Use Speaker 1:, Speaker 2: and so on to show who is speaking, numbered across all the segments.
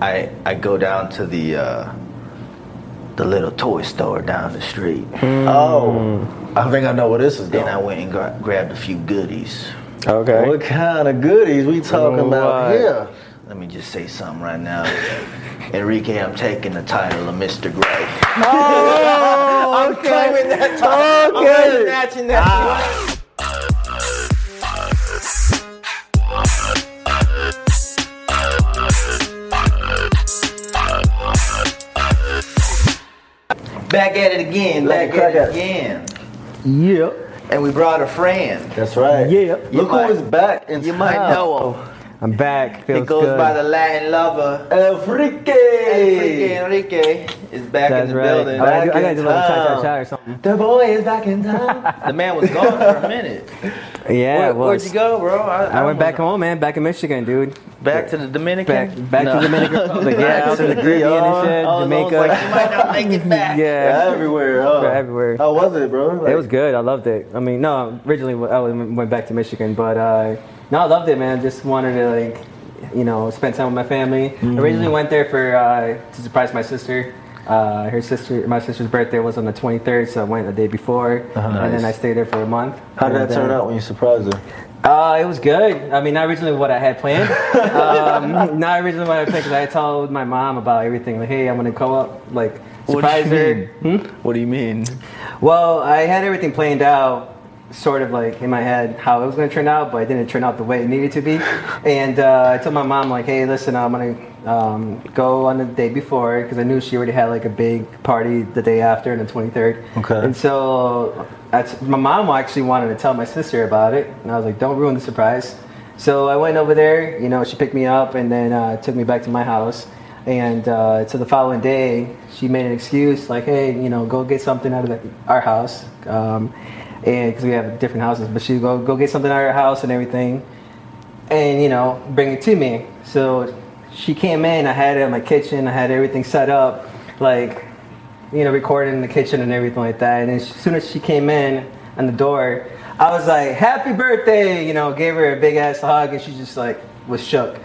Speaker 1: I I go down to the uh, the little toy store down the street.
Speaker 2: Hmm. Oh, I think I know where this is
Speaker 1: Then
Speaker 2: going.
Speaker 1: I went and gra- grabbed a few goodies.
Speaker 3: Okay.
Speaker 2: What kind of goodies we talking about
Speaker 3: Right.
Speaker 2: here?
Speaker 1: Let me just say something right now. Enrique, I'm taking the title of Mr. Growth.
Speaker 2: I'm claiming that time.
Speaker 3: Okay.
Speaker 1: Back at it again,
Speaker 2: Let
Speaker 1: back
Speaker 2: me
Speaker 1: at
Speaker 2: crack
Speaker 1: it
Speaker 2: it.
Speaker 1: again.
Speaker 3: Yeah.
Speaker 1: And we brought a friend.
Speaker 2: That's right.
Speaker 3: Yeah.
Speaker 1: You
Speaker 2: Look
Speaker 1: might-
Speaker 2: who is back in
Speaker 1: You might
Speaker 2: town.
Speaker 1: know him.
Speaker 3: I'm back. Feels
Speaker 1: He goes
Speaker 3: good.
Speaker 1: by the Latin lover.
Speaker 2: Enrique.
Speaker 1: Enrique Enrique is back
Speaker 3: That's
Speaker 1: in the
Speaker 3: right.
Speaker 1: building.
Speaker 3: I gotta do, I
Speaker 2: Back
Speaker 3: gotta
Speaker 2: in
Speaker 3: do a little cha cha
Speaker 2: town.
Speaker 3: cha or something.
Speaker 2: The boy is back in town.
Speaker 1: The man was gone for a minute.
Speaker 3: Yeah,
Speaker 1: Where,
Speaker 3: it was.
Speaker 1: would you go, bro?
Speaker 3: I went back
Speaker 1: home.
Speaker 3: home, man. Back in Michigan, dude.
Speaker 1: Back to the Dominican.
Speaker 3: Back back to Dominican Republic. Yeah, out to the Caribbean and shit.
Speaker 2: I was almost
Speaker 3: Jamaica.
Speaker 2: like,
Speaker 1: You might not make it back.
Speaker 3: yeah.
Speaker 2: everywhere. Huh?
Speaker 3: They're everywhere.
Speaker 2: How was it, bro?
Speaker 3: It was good. I loved it. I mean, no, originally I went back to Michigan, but uh, no, I loved it, man. Just wanted to like, you know, spend time with my family.
Speaker 2: Mm-hmm.
Speaker 3: Originally went there for uh, to surprise my sister. Uh, her sister, my sister's birthday was on the 23rd, so I went the day before, and then I stayed there for a month.
Speaker 2: How did Uh-huh.
Speaker 3: And
Speaker 2: that turn
Speaker 3: then-
Speaker 2: out when you surprised her?
Speaker 3: Uh, it was good. I mean, not originally what I had planned. Um, not originally what I planned because I had told my mom about everything. Like, hey, I'm gonna go up, like surprise her.
Speaker 1: Hmm? What do you mean?
Speaker 3: Well, I had everything planned out, sort of like in my head how it was going to turn out, but it didn't turn out the way it needed to be. And uh, I told my mom like, "Hey, listen, I'm going to um, go on the day before because I knew she already had like a big party the day after and the 23rd."
Speaker 2: Okay.
Speaker 3: And so I t- my mom actually wanted to tell my sister about it, and I was like, "Don't ruin the surprise." So I went over there. You know, she picked me up and then uh, took me back to my house. And uh, so the following day, she made an excuse like, "Hey, you know, go get something out of the, our house, um, and because we have different houses, but she go go get something out of our house and everything, and you know, bring it to me." So she came in. I had it in my kitchen. I had everything set up, like you know, recording in the kitchen and everything like that. And then as soon as she came in on the door, I was like, "Happy birthday!" You know, gave her a big ass hug, and she just like was shook.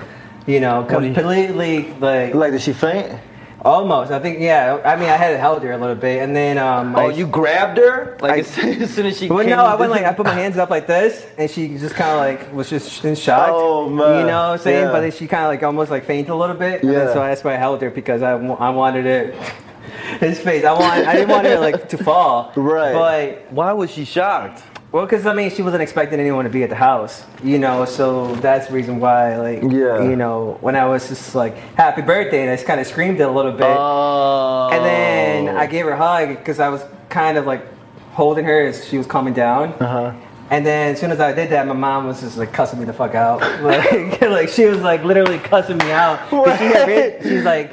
Speaker 3: You know, completely like
Speaker 2: Like, did she faint?
Speaker 3: almost. I think yeah. I mean, I had held her a little bit, and then um,
Speaker 1: Oh,
Speaker 3: I,
Speaker 1: you grabbed her? Like as, soon, as soon as she
Speaker 3: Well,
Speaker 1: came
Speaker 3: no, I went like I put my hands up like this, and she just kind of like was just in shock.
Speaker 2: Oh, man.
Speaker 3: You know what I'm saying?
Speaker 2: Yeah.
Speaker 3: But then she kind of like almost like fainted a little bit. And then,
Speaker 2: Yeah.
Speaker 3: so that's why I held her because I, wa- I wanted it. His face. I want. I didn't want her like to fall.
Speaker 2: Right.
Speaker 3: But
Speaker 1: Why was she shocked?
Speaker 3: well, because I mean, she wasn't expecting anyone to be at the house, you know. So that's the reason why, like,
Speaker 2: Yeah.
Speaker 3: you know, when I was just like, "Happy birthday," and I just kind of screamed it a little bit,
Speaker 1: Oh.
Speaker 3: and then I gave her a hug because I was kind of like holding her as she was calming down.
Speaker 2: Uh-huh.
Speaker 3: And then as soon as I did that, my mom was just like cussing me the fuck out. Like, like she was like literally cussing me out. 'Cause She had writ- she's like,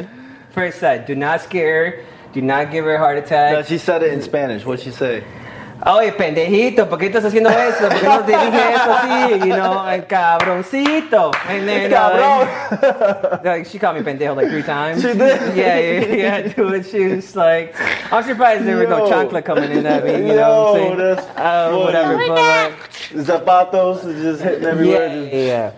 Speaker 3: first said, do not scare her. Do not give her a heart attack.
Speaker 1: No, she said it in Spanish. What'd she say?
Speaker 3: Oye, pendejito, ¿por qué estás haciendo eso? ¿Por qué no te dije eso así? You know, like, cabroncito. And then, uh, like, she called me pendejo like three times. She
Speaker 2: did?
Speaker 3: Yeah, yeah, yeah, dude. She was like, I'm surprised there was no
Speaker 2: Yo.
Speaker 3: chocolate coming in at me, you know
Speaker 2: Yo,
Speaker 3: what I'm saying?
Speaker 2: that's
Speaker 3: uh,
Speaker 2: funny.
Speaker 3: whatever, but like,
Speaker 2: Zapatos is just hitting everywhere.
Speaker 3: yeah,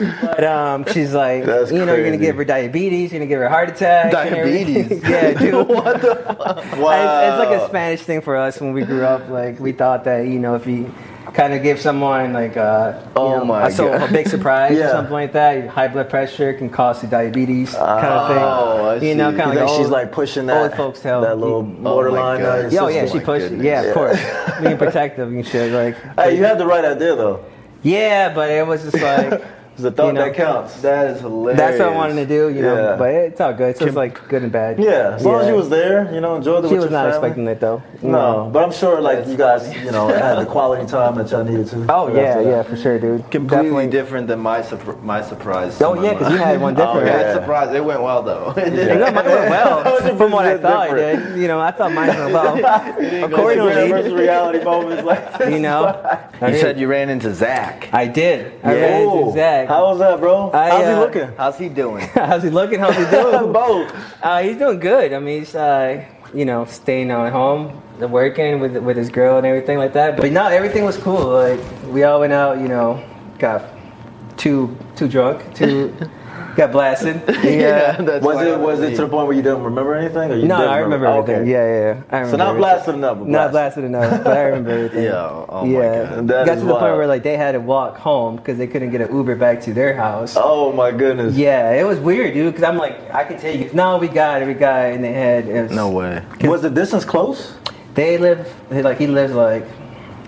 Speaker 3: yeah. yeah. but um, she's like,
Speaker 2: That's
Speaker 3: you know, you're gonna
Speaker 2: crazy.
Speaker 3: give her diabetes, you're gonna give her a heart attack. and everything.
Speaker 2: Diabetes?
Speaker 3: yeah, dude.
Speaker 2: Wow.
Speaker 3: It's, it's like a Spanish thing for us when we grew up. Like we thought that you know if you kind of give someone like a you
Speaker 2: Oh
Speaker 3: know,
Speaker 2: my
Speaker 3: a, so-
Speaker 2: God.
Speaker 3: a big surprise or
Speaker 2: Yeah.
Speaker 3: something like that. High blood pressure can cause you diabetes kind of thing.
Speaker 2: Oh, I
Speaker 3: you know,
Speaker 2: see.
Speaker 3: kind of
Speaker 2: You
Speaker 3: like
Speaker 2: think she's
Speaker 3: old-
Speaker 2: like pushing that
Speaker 3: old folks tell
Speaker 2: that little borderline.
Speaker 1: God.
Speaker 2: uh,
Speaker 3: Yeah, oh,
Speaker 2: system.
Speaker 3: yeah, she
Speaker 1: my
Speaker 3: pushed.
Speaker 1: goodness.
Speaker 3: Yeah, of course, being protective and shit. Like,
Speaker 2: Hey, you had the right idea though.
Speaker 3: yeah, but it was just like
Speaker 2: It's a thought
Speaker 3: You know,
Speaker 2: that counts. That is hilarious.
Speaker 3: That's what I wanted to do, you know.
Speaker 2: Yeah.
Speaker 3: But it's all good. So it's like good and bad.
Speaker 2: yeah, as long as
Speaker 3: Yeah.
Speaker 2: you was there, you know, enjoyed it
Speaker 3: She was
Speaker 2: with your
Speaker 3: not
Speaker 2: family.
Speaker 3: expecting that though.
Speaker 2: No, but I'm sure like you guys, you know, had the quality time that y'all needed to.
Speaker 3: Oh yeah,
Speaker 2: That's-
Speaker 3: yeah, for sure, dude.
Speaker 1: Completely
Speaker 3: Definitely.
Speaker 1: different than my surpr my surprise.
Speaker 3: Oh, yeah, 'cause you had one different,
Speaker 1: yeah,
Speaker 3: right?
Speaker 1: that surprise. It went well though.
Speaker 3: You know, mine went well from what I
Speaker 2: Different.
Speaker 3: thought. It did. You know, I thought mine went well.
Speaker 2: Versus
Speaker 3: Accordingly,
Speaker 2: reality moments like this.
Speaker 3: you know, I
Speaker 1: you
Speaker 3: did.
Speaker 1: said you ran into Zach.
Speaker 3: I did. I
Speaker 1: Yeah.
Speaker 3: ran into
Speaker 2: Ooh,
Speaker 3: Zach.
Speaker 2: How was that, bro?
Speaker 3: I,
Speaker 2: How's he
Speaker 3: uh,
Speaker 2: looking?
Speaker 1: How's he doing?
Speaker 3: How's he looking? How's he doing?
Speaker 2: Bo.
Speaker 3: Uh, he's doing good. I mean, he's uh, you know staying at home, working with with his girl and everything like that. But no, everything was cool. Like we all went out, you know, got too too drunk, too got blasted. Yeah.
Speaker 1: that's
Speaker 2: Was
Speaker 1: why I
Speaker 2: it was it
Speaker 1: leave.
Speaker 2: to the point where you don't remember anything? Or you
Speaker 3: No,
Speaker 2: did
Speaker 3: I remember
Speaker 2: Oh,
Speaker 3: everything. Yeah, yeah, yeah. I remember
Speaker 2: So not
Speaker 3: everything.
Speaker 2: blasted enough. but
Speaker 3: Not blasted enough, but I remember everything.
Speaker 1: Yeah. Oh
Speaker 3: yeah,
Speaker 1: my god.
Speaker 2: That
Speaker 3: got
Speaker 2: is
Speaker 3: to the point
Speaker 2: wild.
Speaker 3: where like they had to walk home because they couldn't get an Uber back to their house.
Speaker 2: Oh my goodness.
Speaker 3: Yeah, it was weird, dude. Because I'm like, I can take it. No, we got it. We got it. And they had it was-
Speaker 1: No way.
Speaker 2: Was the distance close?
Speaker 3: They live they, like he lives like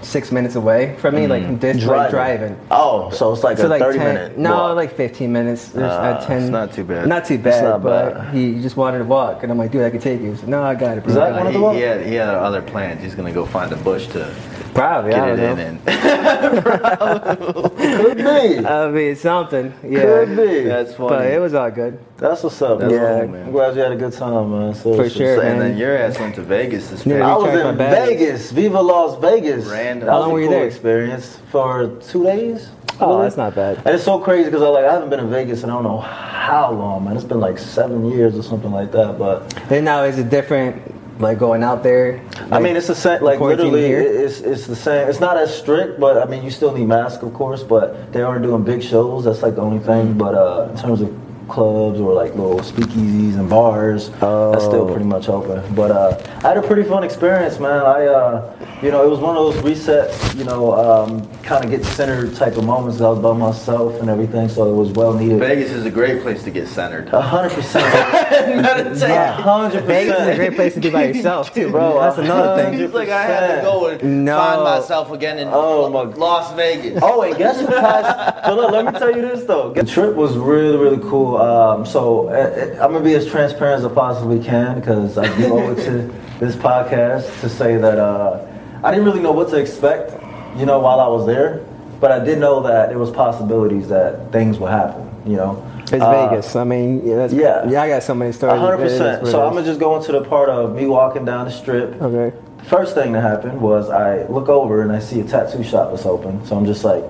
Speaker 3: six minutes away from me,
Speaker 1: Mm.
Speaker 3: like this like driving.
Speaker 2: Oh, so it's like
Speaker 3: So
Speaker 2: a
Speaker 3: like
Speaker 2: thirty
Speaker 3: 10,
Speaker 2: minute.
Speaker 3: no,
Speaker 2: walk.
Speaker 3: like fifteen minutes. There's
Speaker 1: Ah,
Speaker 3: uh, ten.
Speaker 1: it's not too bad.
Speaker 3: Not too bad.
Speaker 2: not
Speaker 3: but
Speaker 2: bad.
Speaker 3: he just wanted to walk, and I'm like, dude, I can take you. He's like, no, I got it. Bro.
Speaker 2: Is that
Speaker 3: I got
Speaker 2: one
Speaker 3: it."
Speaker 1: Uh,
Speaker 2: of
Speaker 1: He,
Speaker 2: the ones?
Speaker 1: he had he had other plans. He's gonna go find a bush to
Speaker 3: Probably.
Speaker 1: get
Speaker 3: I
Speaker 1: it
Speaker 3: don't
Speaker 1: in
Speaker 3: know.
Speaker 1: and
Speaker 2: Could be.
Speaker 3: I mean, something. Yeah.
Speaker 2: Could be.
Speaker 1: that's funny.
Speaker 3: But it was all good.
Speaker 2: That's what's up.
Speaker 1: That's
Speaker 2: man.
Speaker 1: cool, man.
Speaker 2: I'm glad you had a good time, man. So
Speaker 3: For
Speaker 2: it's just-
Speaker 3: sure.
Speaker 1: So- and
Speaker 3: man.
Speaker 1: then your ass went to Vegas this
Speaker 3: Yeah.
Speaker 2: I
Speaker 1: past.
Speaker 2: was
Speaker 3: Recharge my
Speaker 2: in
Speaker 3: batteries.
Speaker 2: Vegas, Viva Las Vegas.
Speaker 1: Random.
Speaker 2: That
Speaker 1: How
Speaker 2: was
Speaker 3: long
Speaker 2: a
Speaker 3: were you
Speaker 2: cool
Speaker 3: there?
Speaker 2: Experience for two days.
Speaker 3: Oh,
Speaker 2: really.
Speaker 3: that's not bad.
Speaker 2: And it's so crazy because I like I haven't been in Vegas in I don't know how long, man. It's been like seven years or something like that. But
Speaker 3: And now is it different? Like going out there.
Speaker 2: I
Speaker 3: Like,
Speaker 2: mean, it's the same. Like
Speaker 3: quarantine
Speaker 2: literally,
Speaker 3: here?
Speaker 2: it- it's it's the same. It's not as strict, but I mean, you still need masks, of course. But they are doing big shows. That's like the only thing. But uh, in terms of clubs or like little speakeasies and bars, that's
Speaker 3: Oh.
Speaker 2: still pretty much open. But uh, I had a pretty fun experience, man. I, uh, you know, it was one of those reset, you know, um, kind of get centered type of moments. I was by myself and everything, so it was well needed.
Speaker 1: Vegas is a great place to get centered.
Speaker 2: A hundred percent.
Speaker 3: Yeah.
Speaker 2: A hundred percent.
Speaker 3: Vegas is a great place to be by yourself too,
Speaker 2: Bro,
Speaker 3: That's
Speaker 2: I-
Speaker 3: another thing.
Speaker 1: He's like, I had to go and
Speaker 3: No.
Speaker 1: find myself again in
Speaker 2: Oh, my-
Speaker 1: Las Vegas.
Speaker 2: Oh, and guess who passed? but look, let me tell you this though. The trip was really, really cool. Um, so uh, I'm gonna be as transparent as I possibly can because I do owe it to this podcast to say that uh, I didn't really know what to expect, you know, while I was there. But I did know that there was possibilities that things would happen, you know. Uh,
Speaker 3: It's Vegas. I mean, yeah, that's,
Speaker 2: yeah.
Speaker 3: yeah, I got so many stories.
Speaker 2: hundred
Speaker 3: It is
Speaker 2: percent.
Speaker 3: what it
Speaker 2: So I'm
Speaker 3: is.
Speaker 2: gonna just go into the part of me walking down the strip.
Speaker 3: okay.
Speaker 2: First thing that happened was I look over and I see a tattoo shop that's open. So I'm just like,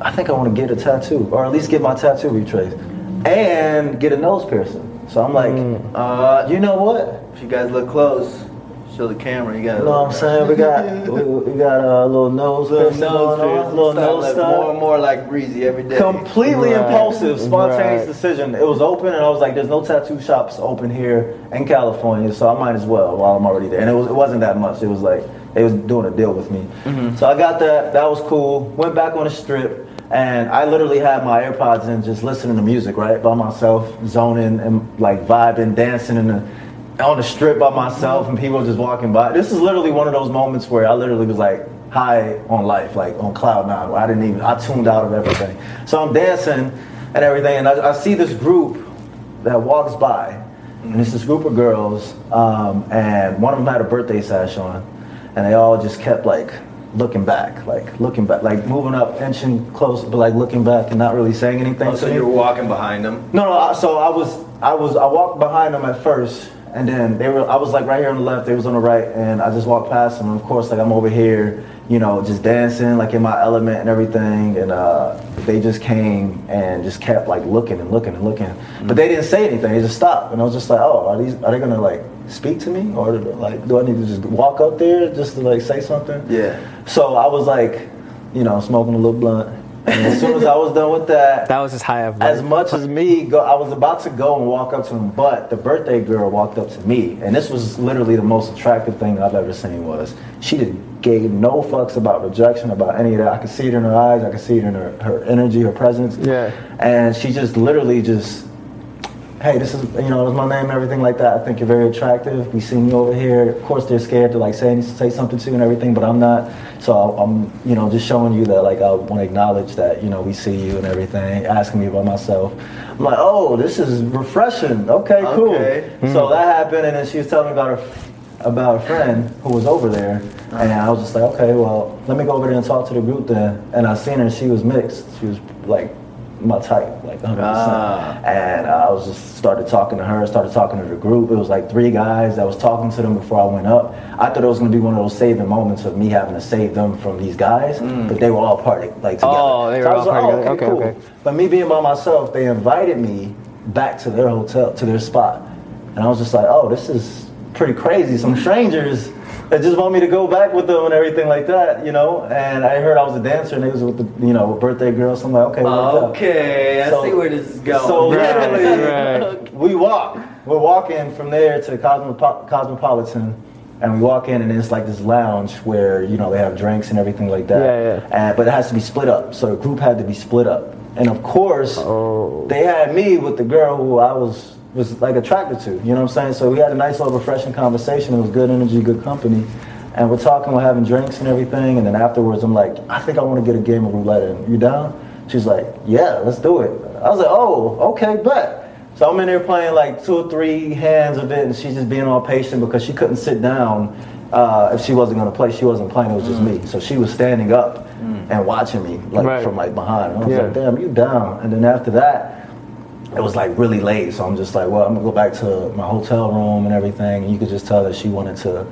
Speaker 2: I think I want to get a tattoo, or at least get my tattoo retraced, and get a nose piercing. So I'm like,
Speaker 3: Mm.
Speaker 2: uh, you know what?
Speaker 1: Oh. If you guys look close, show the camera. You got
Speaker 2: You know what I'm saying? We got we, we got a little nose
Speaker 1: little
Speaker 2: piercing
Speaker 1: nose,
Speaker 2: going on,
Speaker 1: dude.
Speaker 2: little
Speaker 1: Start
Speaker 2: nose
Speaker 1: like
Speaker 2: stuff.
Speaker 1: more and more like breezy every day.
Speaker 2: Completely
Speaker 3: Right,
Speaker 2: impulsive, spontaneous
Speaker 3: right.
Speaker 2: decision. It was open, and I was like, "There's no tattoo shops open here in California, so I might as well while I'm already there." And it was it wasn't that much. It was like they was doing a deal with me, so I got that. That was cool. Went back on the strip, and I literally had my AirPods in, just listening to music right by myself, zoning and like vibing, dancing in the. On the strip by myself, and people just walking by. This is literally one of those moments where I literally was like, high on life, like on cloud nine. I didn't even, I tuned out of everything. So I'm dancing and everything, and I, I see this group that walks by, and it's this group of girls, um, and one of them had a birthday sash on, and they all just kept like looking back, like looking back, like moving up, inching close, but like looking back and not really saying anything.
Speaker 1: Oh, so
Speaker 2: to me.
Speaker 1: you're walking behind him.
Speaker 2: No, no. I- So I was, I was, I walked behind them at first, and then they were. I was like right here on the left. They was on the right, and I just walked past them. And of course, like I'm over here, you know, just dancing, like in my element and everything. And uh, they just came and just kept like looking and looking and looking, but they didn't say anything. They just stopped, and I was just like, oh, are these? Are they gonna like speak to me, or like, do I need to just walk up there just to like say something?
Speaker 1: Yeah.
Speaker 2: So I was like, you know, smoking a little blunt. And as soon as I was done with that,
Speaker 3: That was as high of
Speaker 2: as much as me, go, I was about to go and walk up to him, but the birthday girl walked up to me, and this was literally the most attractive thing I've ever seen. Was she just gave no fucks about rejection, about any of that. I could see it in her eyes, I could see it in her, her energy, her presence.
Speaker 3: Yeah.
Speaker 2: And she just literally just hey, this is you know, it's my name, everything like that. I think you're very attractive. We seen you over here. Of course, they're scared to like say say something to you and everything, but I'm not. So I, I'm you know just showing you that like I want to acknowledge that you know we see you and everything. Asking me about myself. I'm like, oh, this is refreshing. Okay, cool.
Speaker 1: Okay.
Speaker 2: So
Speaker 3: Hmm.
Speaker 2: that happened, and then she was telling me about her about a friend who was over there, and I was just like, okay, well, let me go over there and talk to the group then. And I seen her; she was mixed. She was like my type, like 100.
Speaker 1: Ah.
Speaker 2: percent And I was just started talking to her, started talking to the group. It was like three guys that was talking to them before I went up. I thought it was gonna be one of those saving moments of me having to save them from these guys, but they were all part of, like together.
Speaker 3: Hmm. Oh, they were
Speaker 2: I
Speaker 3: all
Speaker 2: was
Speaker 3: part
Speaker 2: like,
Speaker 3: together. Okay, okay.
Speaker 2: But me being by myself, they invited me back to their hotel, to their spot. And I was just like, oh, this is pretty crazy. Some strangers that just want me to go back with them and everything like that, you know? And I heard I was a dancer and they was with the, you know, birthday girl. So I'm like, okay, what's up?
Speaker 1: Okay, I see where this is going.
Speaker 2: So
Speaker 3: Right,
Speaker 2: literally,
Speaker 3: right.
Speaker 2: we walk. We're walking from there to Cosmopo- Cosmopolitan, and we walk in, and it's like this lounge where you know they have drinks and everything like that.
Speaker 3: Yeah, yeah.
Speaker 2: And- Uh, but it has to be split up, so the group had to be split up. And of course, they had me with the girl who I was was like attracted to. You know what I'm saying? So we had a nice little refreshing conversation. It was good energy, good company. And we're talking, we're having drinks and everything. And then afterwards, I'm like, I think I want to get a game of roulette. And you down? She's like, Yeah, let's do it. I was like, Oh, okay, bet. So I'm in there playing like two or three hands of it, and she's just being all patient because she couldn't sit down uh, if she wasn't gonna play. She wasn't playing; it was just me. So she was standing up and watching me like
Speaker 3: Mm. Right.
Speaker 2: from like behind. And I was
Speaker 3: Yeah.
Speaker 2: like, "Damn, you down?" And then after that, it was like really late, so I'm just like, well, I'm gonna go back to my hotel room and everything. And you could just tell that she wanted to,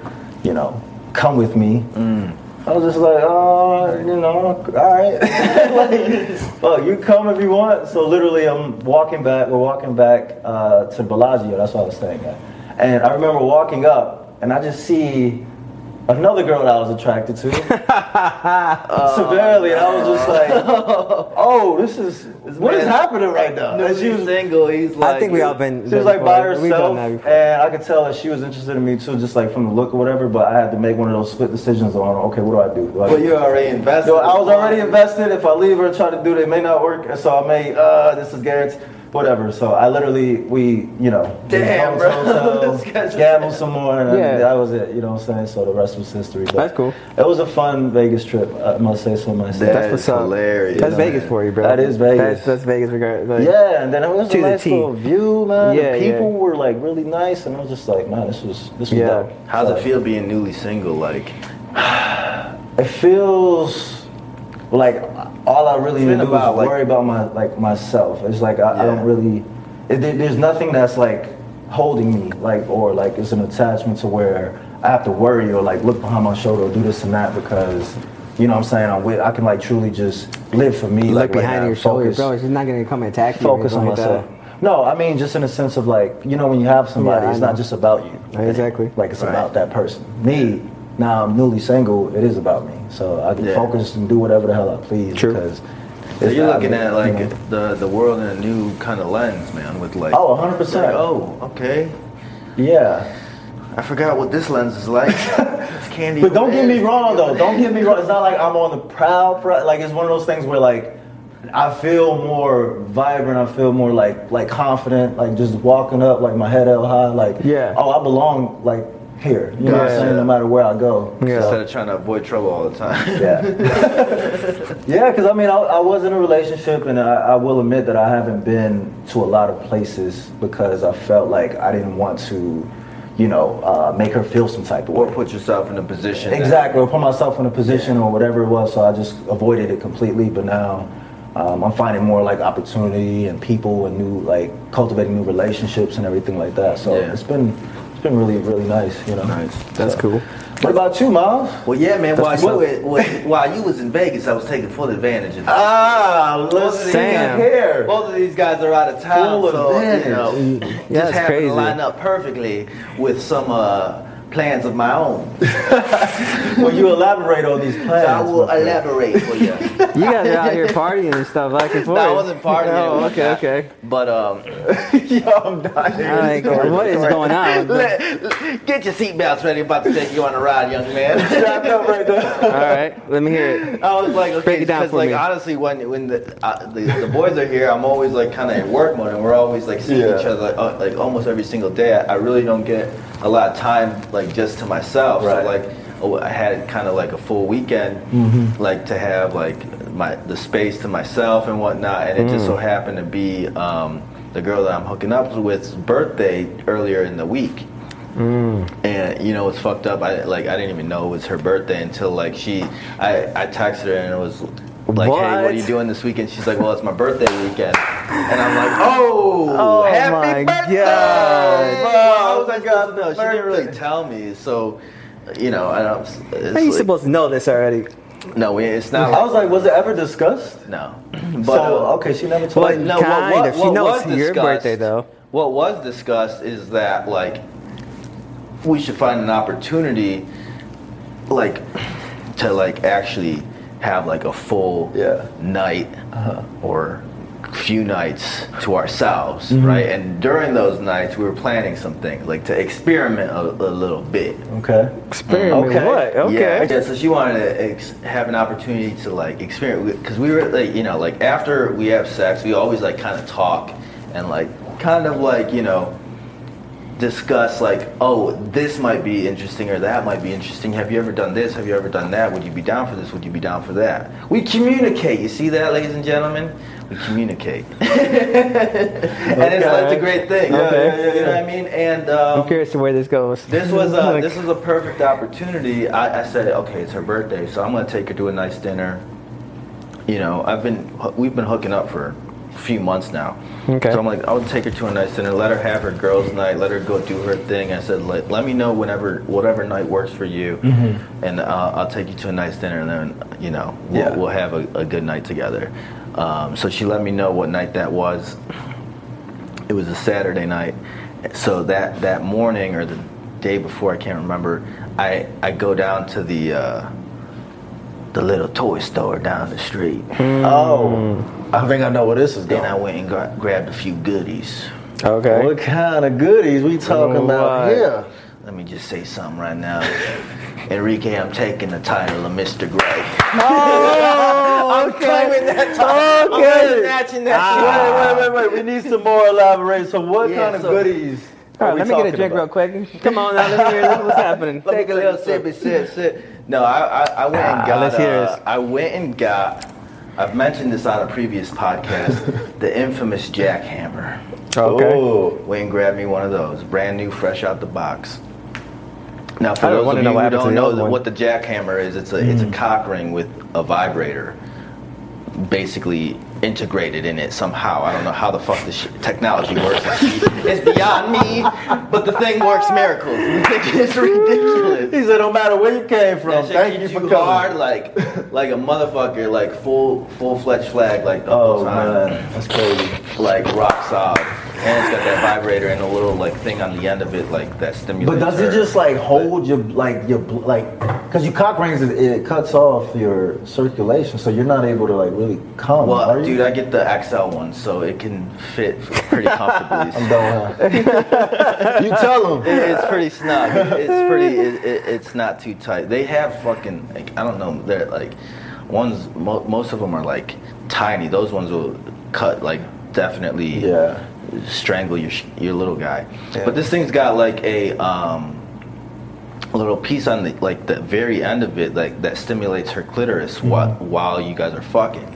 Speaker 2: you know, come with me.
Speaker 3: Mm.
Speaker 2: I was just like, oh, you know, all right. like, well, you come if you want. So literally, I'm walking back. We're walking back uh, to Bellagio. That's where I was staying at. And I remember walking up, and I just see another girl that I was attracted to severely, and I was just like, oh, this is what is
Speaker 1: man-
Speaker 2: happening right now.
Speaker 1: No,
Speaker 2: And she
Speaker 1: she's
Speaker 2: was-
Speaker 1: single. He's like,
Speaker 3: I think we all been.
Speaker 2: she
Speaker 3: done
Speaker 2: was like by
Speaker 3: before. We've done
Speaker 2: herself,
Speaker 3: that before.
Speaker 2: and I could tell that she was interested in me too, just like from the look or whatever. But I had to make one of those split decisions on, okay, what do I do? do I
Speaker 1: Well, you're already invested.
Speaker 2: Yo, I was already invested. If I leave her and try to do it, it may not work. So I may, uh, this is Garrett's, whatever. So I literally, we, you know,
Speaker 1: Damn,
Speaker 2: we
Speaker 1: bro.
Speaker 2: bumped ourselves,
Speaker 1: This guy's-
Speaker 2: gambled some more, and
Speaker 3: Yeah.
Speaker 2: that was it. You know what I'm saying? So the rest was history. But
Speaker 3: That's cool.
Speaker 2: It was a fun Vegas trip, I must say so myself.
Speaker 1: That
Speaker 3: That's
Speaker 1: is
Speaker 3: what's up.
Speaker 1: hilarious,
Speaker 3: That's
Speaker 1: man.
Speaker 3: Vegas for you, bro.
Speaker 2: That is Vegas.
Speaker 3: That's, that's Vegas regardless. Like,
Speaker 2: Yeah, and then it was
Speaker 3: To
Speaker 2: a
Speaker 3: the
Speaker 2: nice
Speaker 3: T.
Speaker 2: little view, man.
Speaker 3: Yeah,
Speaker 2: the
Speaker 3: yeah.
Speaker 2: people were like really nice, and I was just like, man, this was this was
Speaker 3: Yeah.
Speaker 2: dope.
Speaker 1: How's
Speaker 2: So,
Speaker 1: it feel being newly single? Like,
Speaker 2: It feels like all I really
Speaker 1: It's
Speaker 2: need
Speaker 1: been
Speaker 2: to do
Speaker 1: about,
Speaker 2: is
Speaker 1: like-
Speaker 2: worry about my like myself. It's like I, I
Speaker 1: Yeah.
Speaker 2: don't really. It, there- there's nothing that's like holding me, like or like it's an attachment to where I have to worry or like look behind my shoulder or do this and that because. You know what I'm saying? I'm with, I can like truly just live for me.
Speaker 3: You
Speaker 2: like
Speaker 3: look
Speaker 2: right
Speaker 3: behind
Speaker 2: now,
Speaker 3: your shoulder,
Speaker 2: focus.
Speaker 3: bro. She's not gonna come and attack you. or
Speaker 2: focus on
Speaker 3: anything like
Speaker 2: myself.
Speaker 3: that.
Speaker 2: No, I mean just in a sense of like, you know, when you have somebody,
Speaker 3: Yeah, I
Speaker 2: it's
Speaker 3: know.
Speaker 2: not just about you.
Speaker 3: Right, exactly.
Speaker 2: Like it's
Speaker 1: Right.
Speaker 2: about that person. Me, now I'm newly single, it is about me. So I can
Speaker 1: Yeah.
Speaker 2: focus and do whatever the hell I please
Speaker 3: True.
Speaker 2: because
Speaker 1: so
Speaker 2: it's
Speaker 1: you're
Speaker 2: not
Speaker 1: looking
Speaker 2: me,
Speaker 1: at
Speaker 2: you
Speaker 1: like
Speaker 2: know?
Speaker 1: the the world in a new kind of lens, man. With like,
Speaker 2: Oh, 100%.
Speaker 1: like, oh, okay.
Speaker 2: Yeah.
Speaker 1: I forgot what this lens is like. it's candy.
Speaker 2: But don't get me
Speaker 1: red.
Speaker 2: wrong though. Don't get me wrong. It's not like I'm on the proud, proud. Like it's one of those things where like I feel more vibrant. I feel more like like confident. Like just walking up, like my head held high. Like
Speaker 3: Yeah.
Speaker 2: oh, I belong. Like here. You know what
Speaker 1: Yeah.
Speaker 2: I'm saying? No matter where I go.
Speaker 3: Yeah.
Speaker 1: Instead of trying to avoid trouble all the time.
Speaker 2: Yeah. yeah, because I mean, I, I was in a relationship, and I, I will admit that I haven't been to a lot of places because I felt like I didn't want to, you know, uh, make her feel some type of
Speaker 1: or
Speaker 2: way.
Speaker 1: put yourself in a position. that-
Speaker 2: Exactly, or put myself in a position or whatever it was, so I just avoided it completely. But now um, I'm finding more like opportunity and people and new, like cultivating new relationships and everything like that. So
Speaker 1: Yeah.
Speaker 2: it's been it's been really, really nice, you know.
Speaker 1: Nice.
Speaker 3: That's
Speaker 2: So-
Speaker 3: cool.
Speaker 2: What about you, Miles?
Speaker 1: Well, yeah, man. While
Speaker 3: what's
Speaker 1: you, were, while- while you was in Vegas, I was taking full advantage of.
Speaker 2: Ah,
Speaker 1: Both of these-
Speaker 3: Damn.
Speaker 2: Here.
Speaker 1: Both of these guys are out of town,
Speaker 2: Full
Speaker 1: so you
Speaker 2: advantage. Mm,
Speaker 1: know,
Speaker 3: Yeah,
Speaker 1: just
Speaker 3: it's
Speaker 1: happened
Speaker 3: crazy.
Speaker 1: to line up perfectly with some uh, plans of my own.
Speaker 2: Well, you elaborate on these plans.
Speaker 1: So I will elaborate for you.
Speaker 3: You guys are out here partying and stuff back and forth.
Speaker 1: I wasn't partying.
Speaker 3: Oh,
Speaker 1: with
Speaker 3: okay,
Speaker 1: that.
Speaker 3: okay.
Speaker 1: But um,
Speaker 2: Yo, I'm dying.
Speaker 3: I'm like, what is going on? All
Speaker 1: let- get your seatbelts ready. About to take you on a ride, young man.
Speaker 2: Strapped up right now.
Speaker 3: right, let me hear it.
Speaker 1: I was like, okay,
Speaker 3: Break it down
Speaker 1: because
Speaker 3: for
Speaker 1: like
Speaker 3: me.
Speaker 1: honestly, when when the, uh, the the boys are here, I'm always like kind of in work mode, and we're always like seeing
Speaker 2: Yeah.
Speaker 1: each other like, uh, like almost every single day. I, I really don't get a lot of time like just to myself.
Speaker 2: Right.
Speaker 1: So like, oh, I had kind of like a full weekend,
Speaker 3: Mm-hmm.
Speaker 1: like to have like my the space to myself and whatnot, and it
Speaker 3: Mm.
Speaker 1: just so happened to be. Um, the girl that I'm hooking up with's birthday earlier in the week and you know it's fucked up. I like I didn't even know it was her birthday until like she I I texted her and it was like, hey, what
Speaker 3: What?
Speaker 1: are you doing this weekend? She's like, well, it's my birthday weekend, and I'm like, oh,
Speaker 3: Oh my
Speaker 1: happy birthday!
Speaker 3: God.
Speaker 1: Wow, I was like, oh,
Speaker 2: God,
Speaker 1: no, she didn't really tell me, so you know, I don't. It's
Speaker 3: How you
Speaker 1: like-
Speaker 3: supposed to know this already?
Speaker 1: No, we- it's not.
Speaker 2: I
Speaker 1: Like,
Speaker 2: was like, was it ever discussed?
Speaker 1: no, but
Speaker 2: so
Speaker 1: uh,
Speaker 2: okay, she never told
Speaker 3: Well,
Speaker 2: me.
Speaker 1: no,
Speaker 3: kind
Speaker 1: what, what,
Speaker 3: of. She
Speaker 1: what
Speaker 3: knows
Speaker 1: was
Speaker 3: your
Speaker 1: discussed-
Speaker 3: birthday, though.
Speaker 1: What was discussed is that like we should find an opportunity, like to like actually have like a full
Speaker 2: Yeah.
Speaker 1: night or few nights to ourselves, right? And during those nights, we were planning some things, like to experiment a, a little bit,
Speaker 2: Okay.
Speaker 3: Experiment.
Speaker 2: Okay.
Speaker 3: What?
Speaker 1: yeah,
Speaker 3: Okay.
Speaker 1: yeah, so she wanted to ex- have an opportunity to like experience because we were like you know like after we have sex we always like kind of talk and like kind of like you know discuss like oh this might be interesting or that might be interesting have you ever done this have you ever done that would you be down for this would you be down for that we communicate you see that ladies and gentlemen we communicate and it's like
Speaker 3: Okay.
Speaker 1: a great thing
Speaker 3: Okay.
Speaker 1: you know what I mean and um,
Speaker 3: I'm curious to where this goes.
Speaker 1: this was a
Speaker 3: Like,
Speaker 1: this was a perfect opportunity. I, I said, okay, it's her birthday, so I'm gonna take her to a nice dinner. You know, I've been we've been hooking up for a few months now.
Speaker 3: Okay.
Speaker 1: So I'm like, I'll take her to a nice dinner, let her have her girls' night, let her go do her thing. I said, let, let me know whenever whatever night works for you, and uh, I'll take you to a nice dinner, and then you know we'll,
Speaker 2: Yeah.
Speaker 1: we'll have a, a good night together. Um, so she let me know what night that was it was a Saturday night. So that that morning or the day before, I can't remember. I I go down to the uh, the little toy store down the street,
Speaker 2: Hmm. Oh, I think I know where this is
Speaker 1: and
Speaker 2: going.
Speaker 1: I went and gra- grabbed a few goodies.
Speaker 3: okay.
Speaker 2: What kind of goodies we talking about
Speaker 3: Right.
Speaker 2: here?
Speaker 1: Let me just say something right now, Enrique. I'm taking the title of Mr. Gray.
Speaker 3: Oh, okay.
Speaker 1: that
Speaker 3: Okay. Ah.
Speaker 1: snatching that
Speaker 2: Wait, wait, wait, wait. We need some more elaboration. So what
Speaker 1: Yeah,
Speaker 2: kind of
Speaker 1: so-
Speaker 2: goodies?
Speaker 3: All
Speaker 2: are
Speaker 3: right, let
Speaker 2: we
Speaker 3: me get a
Speaker 2: talking
Speaker 3: drink
Speaker 2: about?
Speaker 3: real quick. Come on now, let me hear this. What's happening?
Speaker 1: Take a little sippy sip sip. No, I I, I went and
Speaker 3: Ah,
Speaker 1: got.
Speaker 3: let's hear
Speaker 1: uh,
Speaker 3: this.
Speaker 1: I went and got. I've mentioned this on a previous podcast. the infamous jackhammer.
Speaker 3: Oh, Okay.
Speaker 2: Ooh.
Speaker 1: Went and grabbed me one of those, brand new, fresh out the box. Now, for
Speaker 3: I don't
Speaker 1: those
Speaker 3: wanna
Speaker 1: of
Speaker 3: know
Speaker 1: you who
Speaker 3: what happened to
Speaker 1: don't
Speaker 3: the
Speaker 1: know
Speaker 3: other
Speaker 1: that-
Speaker 3: one. Hmm.
Speaker 1: what the jackhammer is, it's a it's a cock ring with a vibrator, basically integrated in it somehow. I don't know how the fuck this shit, technology works. it's beyond me, but the thing works miracles. It's ridiculous.
Speaker 2: He said, no matter where you came from,
Speaker 1: That shit
Speaker 2: thank you
Speaker 1: keeps
Speaker 2: for
Speaker 1: you
Speaker 2: coming.
Speaker 1: hard, like like a motherfucker, like full full fledged flag, like the
Speaker 2: Oh
Speaker 1: whole time
Speaker 2: man, that's crazy.
Speaker 1: like rock solid. And it's got that vibrator and a little like thing on the end of it, like that
Speaker 2: But
Speaker 1: stimulates.
Speaker 2: does
Speaker 1: her.
Speaker 2: it just like hold your like your bl- like because your cock rings it, it cuts off your circulation, so you're not able to like really come. are
Speaker 1: Well,
Speaker 2: you?
Speaker 1: dude, I get the XL one, so it can fit pretty comfortably.
Speaker 2: I'm done. you tell him.
Speaker 1: It- it's pretty snug. It's pretty. It, it, it's not too tight. They have fucking. Like, I don't know. They're like ones. Mo- most of them are like tiny. Those ones will cut like definitely.
Speaker 2: Yeah.
Speaker 1: Strangle your sh- your little guy. But this thing's got like a um. A little piece on the like the very end of it, like that stimulates her clitoris while while you guys are fucking,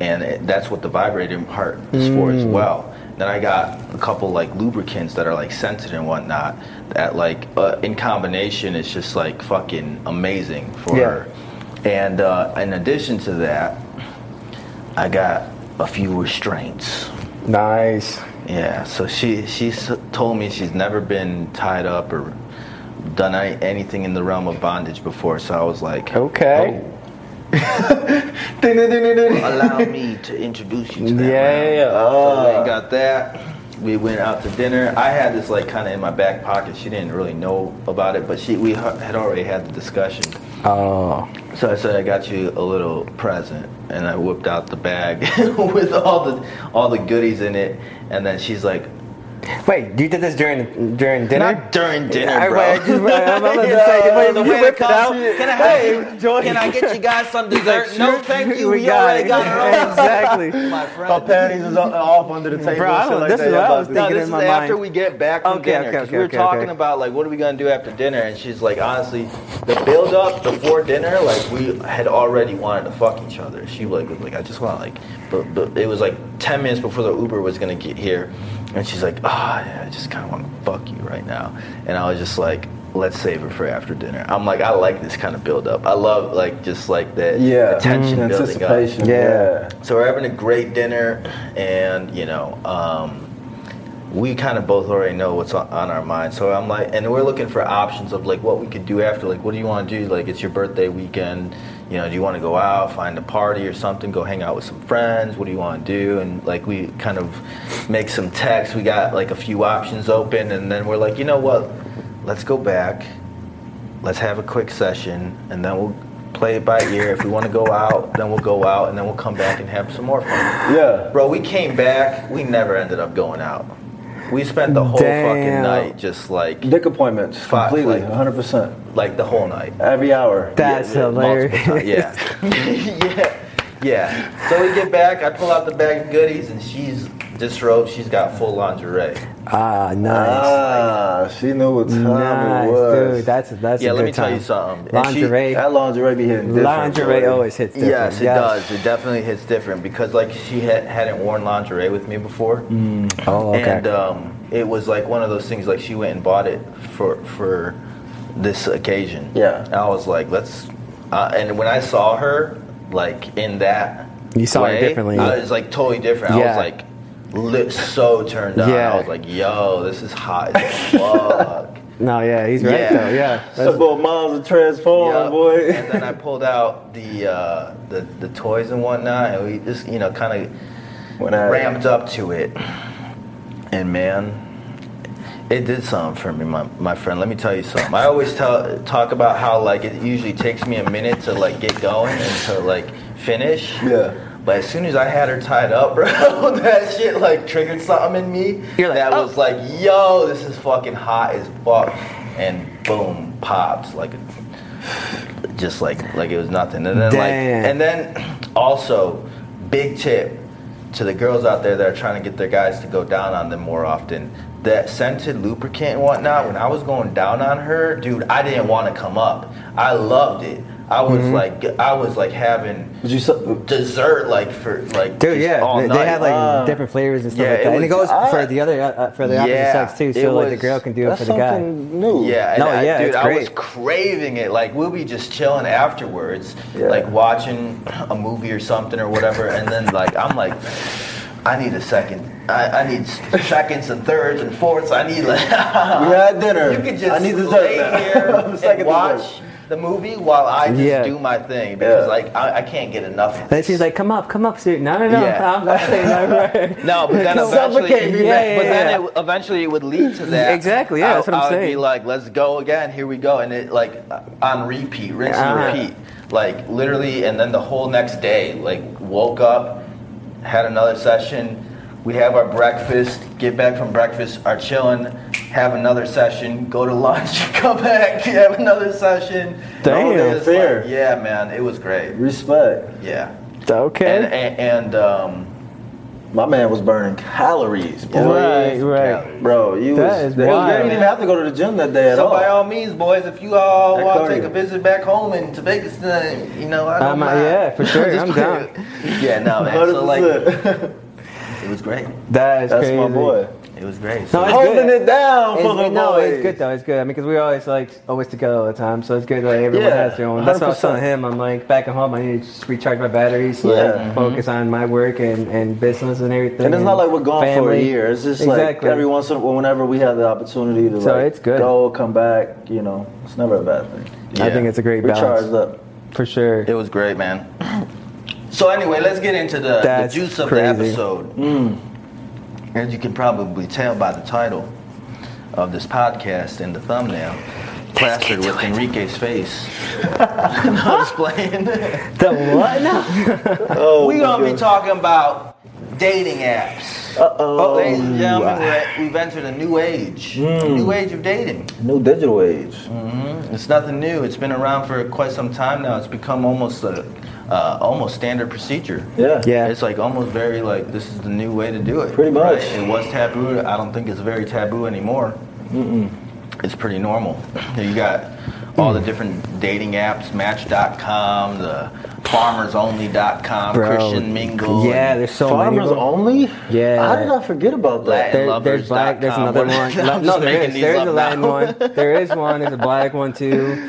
Speaker 1: and it, that's what the vibrating part is for as well. Then I got a couple like lubricants that are like scented and whatnot that like uh, in combination it's just like fucking amazing for
Speaker 3: Yeah.
Speaker 1: her. And uh, in addition to that, I got a few restraints.
Speaker 3: Nice.
Speaker 1: Yeah, so she she s- told me she's never been tied up or done any, anything in the realm of bondage before. So I was like,
Speaker 3: Okay.
Speaker 1: oh, allow me to introduce you to that.
Speaker 3: Yeah,
Speaker 1: realm.
Speaker 3: yeah, Uh. yeah.
Speaker 1: So we got that. we went out to dinner. I had this like kind of in my back pocket. She didn't really know about it, but she we ha- had already had the discussion.
Speaker 3: Oh.
Speaker 1: So I said I got you a little present, and I whipped out the bag with all the all the goodies in it, and then she's like,
Speaker 3: Wait, you did this during during dinner?
Speaker 1: "Not during dinner,
Speaker 3: I,
Speaker 1: bro."
Speaker 3: I just, I'm about to say,
Speaker 1: Yeah,
Speaker 3: wait,
Speaker 1: the
Speaker 3: you
Speaker 1: way
Speaker 3: whipped
Speaker 1: the
Speaker 3: it out.
Speaker 1: cops- Can I,
Speaker 3: Hey, Joy.
Speaker 1: can I get you guys some dessert? no, thank you. We,
Speaker 3: got
Speaker 1: already
Speaker 3: it.
Speaker 1: got our own.
Speaker 3: Exactly.
Speaker 1: My
Speaker 2: Her
Speaker 1: friend.
Speaker 2: panties is o- off under the table.
Speaker 3: Bro,
Speaker 2: and
Speaker 3: I
Speaker 2: shit
Speaker 3: don't-
Speaker 2: like
Speaker 3: this
Speaker 2: that.
Speaker 3: is
Speaker 2: Yeah,
Speaker 3: what I
Speaker 2: about
Speaker 3: was
Speaker 2: to-
Speaker 1: No,
Speaker 3: thinking
Speaker 1: this
Speaker 3: in
Speaker 1: is
Speaker 3: my
Speaker 1: after
Speaker 3: mind.
Speaker 1: we get back from
Speaker 3: Okay,
Speaker 1: dinner.
Speaker 3: okay,
Speaker 1: 'cause
Speaker 3: okay,
Speaker 1: we were
Speaker 3: okay,
Speaker 1: talking
Speaker 3: okay.
Speaker 1: about like what are we gonna do after dinner, and she's like, honestly, the build up before dinner, like we had already wanted to fuck each other. She like was like, I just want like, but, but it was like ten minutes before the Uber was gonna get here, and she's like, ah, yeah, I just kind of want to fuck you right now, and I was just like. Let's save it for after dinner. I'm like, I like this kind of build up. I love like just like that
Speaker 2: Yeah,
Speaker 1: attention
Speaker 3: Mm-hmm.
Speaker 2: Mm,
Speaker 1: building up.
Speaker 2: anticipation.
Speaker 3: Yeah.
Speaker 1: So we're having a great dinner, and you know, um, we kind of both already know what's on, on our mind. So I'm like, and we're looking for options of like what we could do after. Like, what do you want to do? Like, it's your birthday weekend. You know, do you want to go out, find a party or something, go hang out with some friends? What do you want to do? And like, we kind of make some texts. We got like a few options open, and then we're like, you know what? Let's go back let's have a quick session and then we'll play it by ear. If we want to go out, then we'll go out and then we'll come back and have some more fun.
Speaker 2: Yeah.
Speaker 1: Bro, we came back, we never ended up going out. We spent the whole fucking
Speaker 3: Damn.
Speaker 1: night just like
Speaker 2: Dick appointments.
Speaker 1: Fuck,
Speaker 2: completely.
Speaker 1: like-
Speaker 2: 100%.
Speaker 1: like the whole night.
Speaker 2: Every hour.
Speaker 3: That's
Speaker 1: Yeah, yeah, multiple
Speaker 3: hilarious.
Speaker 1: times, Yeah. yeah. Yeah. So we get back, I pull out the bag of goodies and she's disrobed, she's got full lingerie.
Speaker 3: Ah, nice.
Speaker 2: Ah, she knew what time
Speaker 3: nice,
Speaker 2: it was.
Speaker 3: dude. That's that's
Speaker 1: Yeah,
Speaker 3: a
Speaker 1: let
Speaker 3: good
Speaker 1: me tell
Speaker 3: time.
Speaker 1: you something. And she-
Speaker 3: Lingerie,
Speaker 2: that lingerie be hitting different.
Speaker 3: lingerie
Speaker 2: bro.
Speaker 3: always hits different.
Speaker 1: Yes, it does. It definitely hits different because like she had, hadn't worn lingerie with me before,
Speaker 3: Oh, okay.
Speaker 1: and um, it was like one of those things. Like she went and bought it for for this occasion.
Speaker 2: Yeah.
Speaker 1: and I was like, let's. Uh, and when I saw her, like in that,
Speaker 3: You saw her
Speaker 1: way,
Speaker 3: differently.
Speaker 1: I was like totally different. I was
Speaker 3: Yeah.
Speaker 1: like, lit, so turned on.
Speaker 3: Yeah.
Speaker 1: I was like, yo, this is hot as fuck.
Speaker 3: no, yeah, he's right
Speaker 1: Yeah.
Speaker 3: though. Yeah,
Speaker 2: That's about miles of transform,
Speaker 1: Yup.
Speaker 2: boy.
Speaker 1: and then I pulled out the uh, the the toys and whatnot, and we just you know kind of
Speaker 2: When I-
Speaker 1: ramped up to it. And man, it did something for me, my, my friend. Let me tell you something. I always tell talk about how like it usually takes me a minute to like get going and to like finish.
Speaker 2: Yeah.
Speaker 1: But as soon as I had her tied up, bro, that shit like triggered something in me
Speaker 3: You're like,
Speaker 1: that
Speaker 3: "Oh."
Speaker 1: was like, yo, this is fucking hot as fuck, and boom, popped like just like like it was nothing. And then
Speaker 3: Damn.
Speaker 1: like and then also big tip to the girls out there that are trying to get their guys to go down on them more often. That scented lubricant and whatnot, when I was going down on her, dude, I didn't want to come up. I loved it. I was
Speaker 3: Mm-hmm.
Speaker 1: like I was like having
Speaker 2: Did you su-
Speaker 1: dessert like for like just
Speaker 3: Dude, yeah,
Speaker 1: all
Speaker 3: they, they
Speaker 1: night.
Speaker 3: had like
Speaker 2: Ah.
Speaker 3: different flavors and stuff
Speaker 1: Yeah,
Speaker 3: like
Speaker 1: it
Speaker 3: that, and it
Speaker 1: was-
Speaker 3: goes
Speaker 1: I-
Speaker 3: for the other uh, for the
Speaker 1: Yeah,
Speaker 3: opposite sex too.
Speaker 1: it
Speaker 3: So like the
Speaker 1: was-
Speaker 3: girl can do it
Speaker 2: that's
Speaker 3: for the guy.
Speaker 2: something new.
Speaker 1: Yeah, and
Speaker 3: No,
Speaker 1: I,
Speaker 3: yeah,
Speaker 1: dude,
Speaker 3: it's
Speaker 1: I was
Speaker 3: great.
Speaker 1: craving it. Like we'll be just chilling afterwards,
Speaker 2: Yeah.
Speaker 1: like watching a movie or something or whatever, and then like I'm like, I need a second. I, I need s- seconds and thirds and fourths. I need like
Speaker 2: We had dinner.
Speaker 1: you could just
Speaker 2: I need dessert
Speaker 1: lay
Speaker 2: now. I'm
Speaker 1: here
Speaker 2: second
Speaker 1: and
Speaker 2: dessert.
Speaker 1: watch the movie while I just
Speaker 3: Yeah.
Speaker 1: do my thing because
Speaker 2: Yeah.
Speaker 1: like I, I can't get enough. Of
Speaker 3: Then
Speaker 1: this.
Speaker 3: she's like, "Come up, come up, sir." No, no, no,
Speaker 1: Yeah.
Speaker 3: I'm not saying that right.
Speaker 1: No, but then
Speaker 3: Come
Speaker 1: eventually,
Speaker 3: suffocate me, man.
Speaker 1: but
Speaker 3: Yeah,
Speaker 1: then
Speaker 3: yeah,
Speaker 1: it, eventually it would lead to that.
Speaker 3: Exactly, yeah,
Speaker 1: I-
Speaker 3: that's what I'm
Speaker 1: I would be
Speaker 3: saying.
Speaker 1: like, let's go again. Here we go, and it like uh, on repeat, rinse
Speaker 3: Uh-huh.
Speaker 1: and repeat, like literally, and then the whole next day, like woke up, had another session. We have our breakfast, get back from breakfast, are chilling, have another session, go to lunch, come back, have another session.
Speaker 3: Damn,
Speaker 1: All this,
Speaker 2: fair.
Speaker 1: like, yeah, man, it was great.
Speaker 2: Respect.
Speaker 1: Yeah.
Speaker 3: Okay.
Speaker 1: And and, and um,
Speaker 2: My man was burning calories, boy.
Speaker 3: Right, right.
Speaker 2: Bro, you
Speaker 3: That
Speaker 2: was,
Speaker 3: is
Speaker 2: that-
Speaker 3: wild.
Speaker 2: you didn't even have to go to the gym that day at
Speaker 1: So by
Speaker 2: all.
Speaker 1: all means, boys, if you all
Speaker 2: That
Speaker 1: want
Speaker 2: cardio.
Speaker 1: to take a visit back home and to Vegas, then you know I don't
Speaker 3: I'm, uh,
Speaker 1: mind.
Speaker 3: yeah, for sure,
Speaker 1: Just
Speaker 3: I'm
Speaker 1: play
Speaker 3: down.
Speaker 1: it. Yeah, no, man. So like,
Speaker 2: 100%.
Speaker 1: it was great.
Speaker 3: that is
Speaker 2: That's
Speaker 3: crazy.
Speaker 2: my boy.
Speaker 1: It was great.
Speaker 3: No,
Speaker 1: So-
Speaker 3: it's
Speaker 2: Holding
Speaker 3: good.
Speaker 2: it down
Speaker 3: It's-
Speaker 2: for the
Speaker 3: no,
Speaker 2: boys.
Speaker 3: it's good though. It's good. I mean, because we're always like always together all the time, so it's good. Like everyone
Speaker 2: Yeah,
Speaker 3: has their own. That's what I was telling him. I'm like back at home. I need to just recharge my batteries, so
Speaker 2: Yeah. Mm-hmm.
Speaker 3: like, focus on my work and, and business and everything.
Speaker 2: And it's not like we're gone for a
Speaker 3: family.
Speaker 2: year. It's just
Speaker 3: Exactly.
Speaker 2: like every once in a while, whenever we have the opportunity to
Speaker 3: So
Speaker 2: like
Speaker 3: it's good.
Speaker 2: go, come back, you know, it's never a bad thing.
Speaker 3: I
Speaker 1: Yeah.
Speaker 3: think it's a great
Speaker 2: We
Speaker 3: balance
Speaker 2: charged up.
Speaker 3: for sure.
Speaker 1: it was great, man. So anyway, let's get into the, the
Speaker 3: That's
Speaker 1: juice of
Speaker 3: crazy.
Speaker 1: the episode. as you can probably tell by the title of this podcast and the thumbnail, plastered with Enrique's face. no, I was playing.
Speaker 3: The what now?
Speaker 2: Oh,
Speaker 1: We're going to be talking about dating apps.
Speaker 2: Uh-oh.
Speaker 1: Ladies and gentlemen, we're at- we've entered a new age. A new age of dating.
Speaker 2: New digital age.
Speaker 1: It's nothing new. It's been around for quite some time now. It's become almost a uh, almost standard procedure.
Speaker 2: Yeah.
Speaker 3: Yeah.
Speaker 1: It's like almost very like this is the new way to do it.
Speaker 2: Pretty much.
Speaker 1: It was taboo. I don't think it's very taboo anymore. It's pretty normal. You got all the different dating apps, Match.com, the FarmersOnly.com,
Speaker 3: Bro,
Speaker 1: Christian Mingle.
Speaker 3: Yeah,
Speaker 1: and
Speaker 3: there's so many.
Speaker 2: Farmers
Speaker 3: bro.
Speaker 2: only?
Speaker 3: Yeah.
Speaker 2: How did I forget about that?
Speaker 1: Latin
Speaker 3: There- there's
Speaker 1: lovers
Speaker 3: black. There's
Speaker 1: dot com.
Speaker 3: another
Speaker 1: We're-
Speaker 3: one.
Speaker 1: I'm
Speaker 3: no,
Speaker 1: just
Speaker 3: there
Speaker 1: making
Speaker 3: is.
Speaker 1: these
Speaker 3: There is
Speaker 1: up
Speaker 3: a Latin
Speaker 1: now.
Speaker 3: one. There is one. There's a black one too.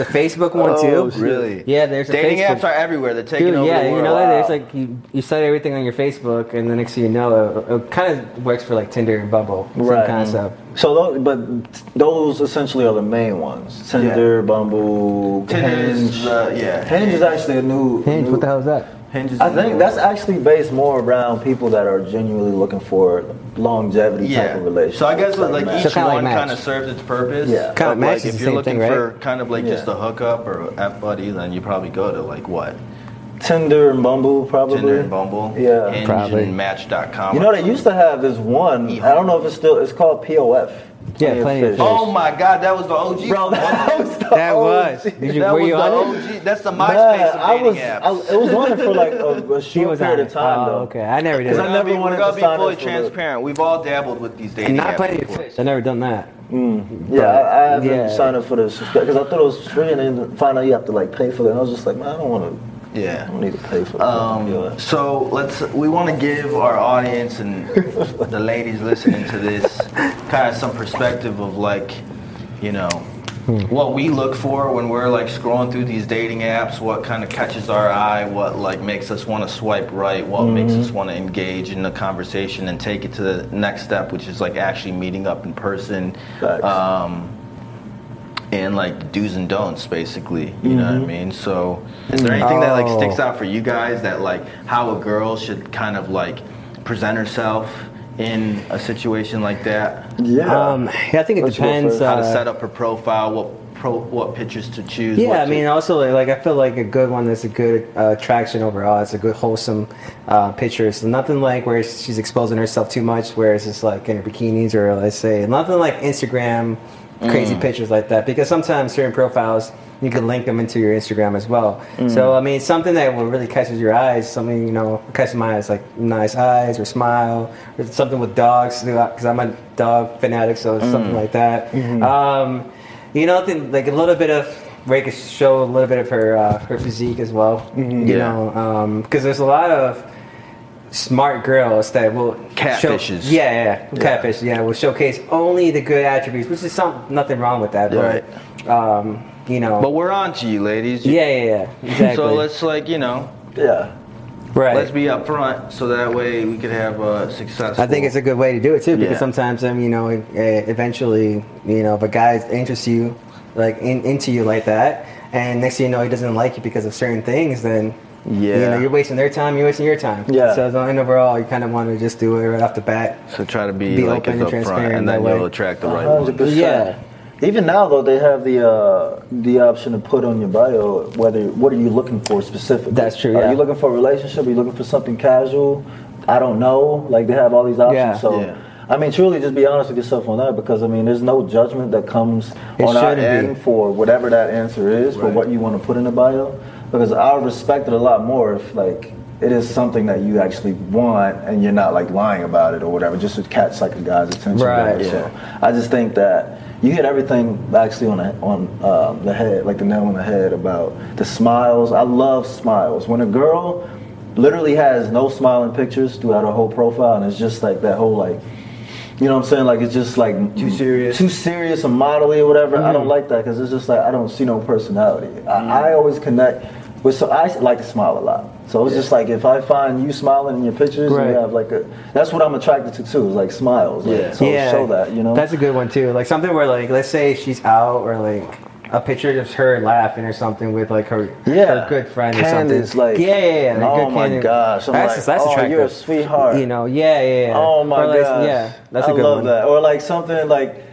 Speaker 3: a Facebook one
Speaker 2: Oh,
Speaker 3: too.
Speaker 1: Really?
Speaker 3: Yeah. There's a
Speaker 1: dating
Speaker 3: Facebook.
Speaker 1: apps are everywhere. They're taking
Speaker 3: Dude,
Speaker 1: over
Speaker 3: yeah,
Speaker 1: the world.
Speaker 3: you know that
Speaker 2: Wow.
Speaker 3: it's like you, you set everything on your Facebook, and the next thing you know, it, it kind of works for like Tinder and Bumble, same
Speaker 2: Right. Mm-hmm.
Speaker 3: concept.
Speaker 2: So, those, but those essentially are the main ones: Tinder, Bumble,
Speaker 1: Tinder's,
Speaker 2: Hinge.
Speaker 1: uh, yeah.
Speaker 2: Hinge is actually a new.
Speaker 3: Hinge,
Speaker 2: new-
Speaker 3: what the hell is that?
Speaker 1: Hinge is
Speaker 2: I
Speaker 1: the
Speaker 2: think
Speaker 1: new
Speaker 2: that's actually based more around people that are genuinely looking for longevity type of relationship.
Speaker 1: So I guess like
Speaker 2: match.
Speaker 1: each
Speaker 3: So kinda like
Speaker 1: one
Speaker 3: match.
Speaker 1: kind of serves its purpose.
Speaker 2: Yeah.
Speaker 3: Kinda
Speaker 1: But,
Speaker 3: match
Speaker 1: like
Speaker 3: is
Speaker 1: if
Speaker 3: the
Speaker 1: you're
Speaker 3: same
Speaker 1: looking
Speaker 3: thing,
Speaker 1: for
Speaker 3: right?
Speaker 1: kind of like just
Speaker 2: Yeah.
Speaker 1: a hookup or f buddy, then you probably go to like what
Speaker 2: Tinder and Bumble probably.
Speaker 1: Tinder and Bumble,
Speaker 2: Yeah.
Speaker 1: Hinge
Speaker 3: Probably.
Speaker 1: and Match.com.
Speaker 2: You know they used to have this one. I don't know if it's still. It's called POF.
Speaker 3: Yeah, Plenty of Fish.
Speaker 1: oh my God, that was the OG.
Speaker 2: Bro, that was the
Speaker 3: That
Speaker 2: OG.
Speaker 3: was. Did you,
Speaker 1: that
Speaker 3: were
Speaker 1: was
Speaker 3: you
Speaker 1: the
Speaker 3: on it?
Speaker 1: OG. That's the
Speaker 2: Man,
Speaker 1: MySpace of
Speaker 2: I
Speaker 1: dating
Speaker 2: was.
Speaker 1: apps.
Speaker 2: I, it was on it for like a, a short
Speaker 3: was on
Speaker 2: period
Speaker 3: it.
Speaker 2: of time
Speaker 3: Oh,
Speaker 2: though.
Speaker 3: okay. I never did
Speaker 2: Because
Speaker 3: it.
Speaker 1: We're
Speaker 2: I
Speaker 1: gonna
Speaker 2: never
Speaker 1: be,
Speaker 2: wanted
Speaker 1: we're
Speaker 2: to
Speaker 1: gonna be
Speaker 2: sign up
Speaker 1: fully
Speaker 2: for the-
Speaker 1: transparent. We've all dabbled with these dating
Speaker 3: Not
Speaker 1: apps.
Speaker 3: Plenty of
Speaker 1: before.
Speaker 3: Fish. I never done that.
Speaker 2: Yeah, I, I haven't
Speaker 3: Yeah.
Speaker 2: signed up for this because I thought it was free, and then find out you have to like pay for it. And I was just like, man, I don't want to. I
Speaker 1: Yeah.
Speaker 2: don't need to pay for it.
Speaker 1: Um, so let's. We want to give our audience and the ladies listening to this kind of some perspective of like, you know,
Speaker 2: Hmm.
Speaker 1: what we look for when we're like scrolling through these dating apps. What kind of catches our eye? What like makes us want to swipe right? What makes
Speaker 2: Hmm.
Speaker 1: us want to engage in the conversation and take it to the next step, which is like actually meeting up in person.
Speaker 2: Facts.
Speaker 1: Um, and like do's and don'ts basically you know what i mean so is there anything that like
Speaker 3: Mm-hmm. Oh.
Speaker 1: sticks out for you guys that like how a girl should kind of like present herself in a situation like that
Speaker 2: yeah.
Speaker 3: Um, yeah, I think it
Speaker 2: Let's go
Speaker 3: depends.
Speaker 2: first.
Speaker 1: how to
Speaker 3: uh,
Speaker 1: set up her profile what pro what pictures to choose what
Speaker 3: Yeah, I
Speaker 1: to-
Speaker 3: mean, um, also like I feel like a good one that's a good uh, attraction overall. It's a good wholesome uh, picture. So nothing like where she's exposing herself too much, where it's just like in her bikinis or let's say nothing like Instagram crazy
Speaker 1: Mm.
Speaker 3: pictures like that. Because sometimes certain profiles you can link them into your Instagram as well.
Speaker 1: Mm.
Speaker 3: So I mean, something that will really catches your eyes, something you know catches my eyes, like nice eyes or smile or something with dogs. Because I'm a dog fanatic, so it's something
Speaker 1: Mm.
Speaker 3: like that.
Speaker 1: Mm-hmm.
Speaker 3: Um, you know, think, like a little bit of Ray could show a little bit of her uh, her physique as well. You
Speaker 1: Mm-hmm. Yeah.
Speaker 3: know, because there's a lot of smart girls that will show-
Speaker 1: Catfishes.
Speaker 3: yeah, yeah, catfish. Yeah, will showcase only the good attributes, which is some nothing wrong with that. But um, you know,
Speaker 1: but we're on to you ladies
Speaker 3: yeah, yeah, yeah, exactly.
Speaker 1: so let's like you know
Speaker 2: yeah.
Speaker 3: right.
Speaker 1: let's be upfront so that way we could have a successful
Speaker 3: I think it's a good way to do it too, because
Speaker 1: Yeah.
Speaker 3: sometimes, um, you know, eh, eventually, you know, if a guy interests you, like in, into you like that, and next thing you know, he doesn't like you because of certain things, then you
Speaker 1: Yeah.
Speaker 3: know, you're wasting their time, you're wasting your time.
Speaker 2: Yeah.
Speaker 3: So and overall, you kind of want to just do it right off the bat.
Speaker 1: so try to be,
Speaker 3: be
Speaker 1: like
Speaker 3: open
Speaker 1: as
Speaker 3: and
Speaker 1: upfront
Speaker 3: transparent
Speaker 1: and then
Speaker 3: that
Speaker 1: you'll
Speaker 3: way.
Speaker 1: attract the right
Speaker 2: Hundred
Speaker 1: one
Speaker 2: percent.
Speaker 3: Yeah.
Speaker 2: Even now, though, they have the uh, the option to put on your bio whether what are you looking for specifically.
Speaker 3: That's true,
Speaker 2: Are
Speaker 3: yeah.
Speaker 2: you looking for a relationship? Are you looking for something casual? I don't know. Like they have all these options.
Speaker 3: Yeah.
Speaker 2: So,
Speaker 1: Yeah.
Speaker 2: I mean, truly, just be honest with yourself on that because I mean, there's no judgment that comes
Speaker 3: It
Speaker 2: on our
Speaker 3: shouldn't be.
Speaker 2: end for whatever that answer is for
Speaker 1: Right.
Speaker 2: what you want to put in the bio because I'll respect it a lot more if like. It is something that you actually want, and you're not like lying about it or whatever, just to catch like a guy's attention.
Speaker 3: Right,
Speaker 2: better.
Speaker 3: yeah.
Speaker 2: So, I just think that you hit everything actually on the, on uh, the head, like the nail on the head about the smiles. I love smiles. When a girl literally has no smiling pictures throughout her whole profile, and it's just like that whole like, you know what I'm saying? Like it's just like too
Speaker 1: serious.
Speaker 2: too serious and modelly or whatever. I don't like that because it's just like I don't see no personality. I, I always connect. With, so I like to smile a lot. So it's just like if I find you smiling in your pictures,
Speaker 3: Right.
Speaker 2: you have like a. That's what I'm attracted to too. Is like smiles. Like,
Speaker 1: Yeah.
Speaker 2: So show that. You know.
Speaker 3: That's a good one too. Like something where like let's say she's out or like a picture of her laughing or something with like her,
Speaker 2: Yeah.
Speaker 3: her good friend or
Speaker 2: Candace,
Speaker 3: something.
Speaker 2: like,
Speaker 3: yeah, yeah, yeah. like,
Speaker 2: oh
Speaker 3: good
Speaker 2: my
Speaker 3: Candace.
Speaker 2: gosh, I'm
Speaker 3: that's
Speaker 2: like,
Speaker 3: that's
Speaker 2: oh,
Speaker 3: attractive.
Speaker 2: you're a sweetheart.
Speaker 3: You know, yeah, yeah. yeah.
Speaker 2: Oh my
Speaker 3: Or like,
Speaker 2: gosh.
Speaker 3: Yeah, that's a
Speaker 2: I
Speaker 3: good
Speaker 2: love
Speaker 3: one.
Speaker 2: that. Or like something like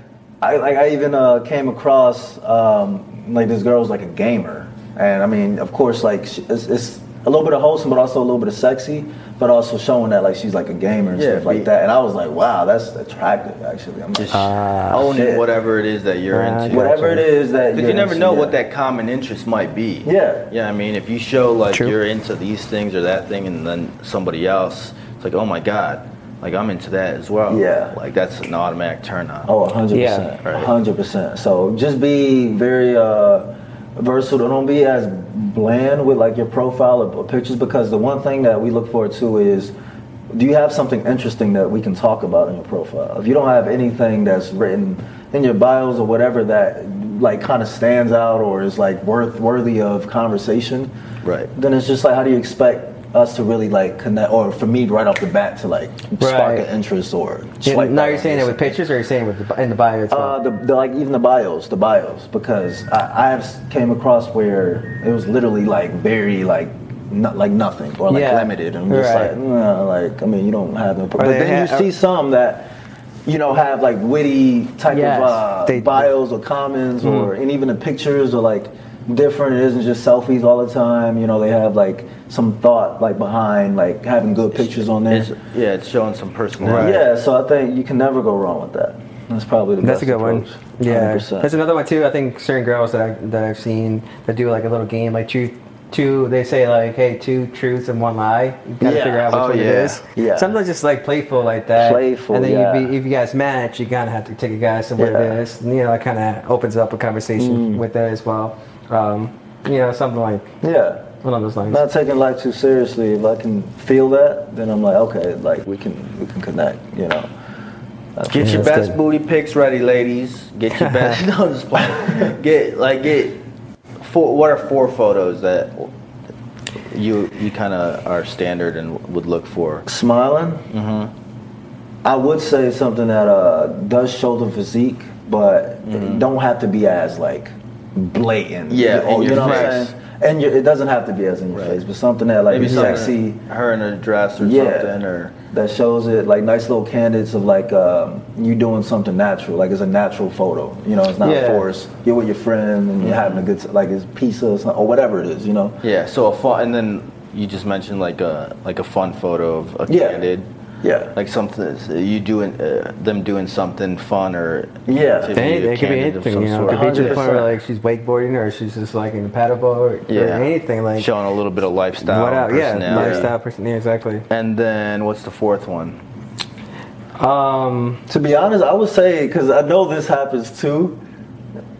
Speaker 2: I like I even uh, came across um, like this girl's like a gamer, and I mean of course like sh- it's, it's a little bit of wholesome, but also a little bit of sexy, but also showing that like she's like a gamer and
Speaker 1: Yeah,
Speaker 2: stuff like
Speaker 1: be-
Speaker 2: that. And I was like, wow, that's attractive actually. I'm like,
Speaker 1: Just own
Speaker 2: shit.
Speaker 1: whatever it is that you're
Speaker 3: Ah,
Speaker 1: into.
Speaker 2: whatever it is that
Speaker 1: Because
Speaker 2: you're
Speaker 1: you never
Speaker 2: into,
Speaker 1: know
Speaker 2: yeah.
Speaker 1: what that common interest might be.
Speaker 2: Yeah.
Speaker 1: Yeah, I mean, if you show like
Speaker 3: True.
Speaker 1: you're into these things or that thing, and then somebody else, it's like, oh my god, like I'm into that as well.
Speaker 2: Yeah.
Speaker 1: Like that's an automatic turn on.
Speaker 2: Oh, 100%.
Speaker 3: Yeah.
Speaker 1: Right.
Speaker 2: 100%. So just be very uh, versatile. Don't be as bland with like your profile or, or pictures because the one thing that we look forward to is do you have something interesting that we can talk about in your profile? If you don't have anything that's written in your bios or whatever that like kind of stands out or is like worth worthy of conversation,
Speaker 1: Right.
Speaker 2: Then it's just like how do you expect us to really like connect or for me right off the bat to like spark
Speaker 3: Right.
Speaker 2: an interest or
Speaker 3: Yeah,
Speaker 2: swipe
Speaker 3: now
Speaker 2: right
Speaker 3: you're
Speaker 2: off
Speaker 3: saying it
Speaker 2: this?
Speaker 3: with pictures, or you're saying with the, in the bio as well?
Speaker 2: Uh, the, the like even the bios, the bios, because I, I have s- came across where it was literally like very like not like nothing or like
Speaker 3: Yeah.
Speaker 2: limited, and I'm just
Speaker 3: Right.
Speaker 2: like nah, like I mean you don't have no. But
Speaker 3: they
Speaker 2: then
Speaker 3: ha- uh,
Speaker 2: you see some that you know have like witty type
Speaker 3: Yes,
Speaker 2: of uh,
Speaker 3: they- Hmm.
Speaker 2: bios or comments or and even the pictures are like different. It isn't just selfies all the time. You know they have like some thought like behind like having good pictures on there.
Speaker 1: It's, yeah, it's showing some personality.
Speaker 2: Yeah, so I think you can never go wrong with that. That's probably the
Speaker 3: That's a
Speaker 2: best
Speaker 3: good
Speaker 2: approach.
Speaker 3: one. Yeah,
Speaker 2: 100%.
Speaker 3: that's another one too. I think certain girls that I, that I've seen that do like a little game, like two, two. They say like, "Hey, two truths and one lie." You gotta
Speaker 2: Yeah.
Speaker 3: figure out which
Speaker 1: Oh,
Speaker 3: one it
Speaker 1: yeah.
Speaker 3: is.
Speaker 2: Yeah.
Speaker 3: Sometimes it's like playful like that.
Speaker 2: Playful,
Speaker 3: And then
Speaker 2: yeah.
Speaker 3: you be, if you guys match, you gotta have to take a guess at what
Speaker 2: Yeah.
Speaker 3: it is. And, you know, that kind of opens up a conversation with that as well. Um, you know, something like
Speaker 2: Yeah.
Speaker 3: along those lines.
Speaker 2: Not taking life too seriously. If I can feel that, then I'm like, okay, like we can we can connect, you know.
Speaker 1: Get your
Speaker 3: that's
Speaker 1: best
Speaker 3: good.
Speaker 1: booty pics ready, ladies. Get your best. no, I'm just playing. Get like get. Four, what are four photos that you you kind of are standard and would look for?
Speaker 2: Smiling. Mm-hmm. I would say something that uh, does show the physique, but it don't have to be as like blatant.
Speaker 1: Yeah,
Speaker 2: oh,
Speaker 1: in
Speaker 2: you
Speaker 1: your
Speaker 2: know what I'm
Speaker 1: face.
Speaker 2: saying? And your, it doesn't have to be as in your
Speaker 1: Right.
Speaker 2: face, but something that like
Speaker 1: Maybe
Speaker 2: is
Speaker 1: something
Speaker 2: sexy.
Speaker 1: her in a dress or
Speaker 2: Yeah.
Speaker 1: something, or
Speaker 2: that shows it like nice little candids of like um, you doing something natural like it's a natural photo you know it's not
Speaker 3: Yeah.
Speaker 2: forced you're with your friend and you're having a good t- like it's pizza or, something, or whatever it is you know
Speaker 1: yeah. So a fun, and then you just mentioned like a like a fun photo of a
Speaker 2: Yeah.
Speaker 1: candid,
Speaker 2: yeah
Speaker 1: like something so you doing uh, them doing something fun or
Speaker 2: Yeah.
Speaker 1: to
Speaker 2: It
Speaker 3: They-
Speaker 1: a
Speaker 3: it could be
Speaker 1: candid of
Speaker 3: anything,
Speaker 1: some
Speaker 3: you know. It
Speaker 1: sort.
Speaker 3: could be to the point where
Speaker 2: 100%.
Speaker 3: like she's wakeboarding or she's just like in a paddleboard or, or
Speaker 1: yeah,
Speaker 3: anything like
Speaker 1: showing a little bit of lifestyle,
Speaker 3: what out, yeah,
Speaker 1: personality.
Speaker 3: lifestyle person, yeah, exactly.
Speaker 1: And then what's the fourth one?
Speaker 3: Um,
Speaker 2: to be honest i would say because i know this happens too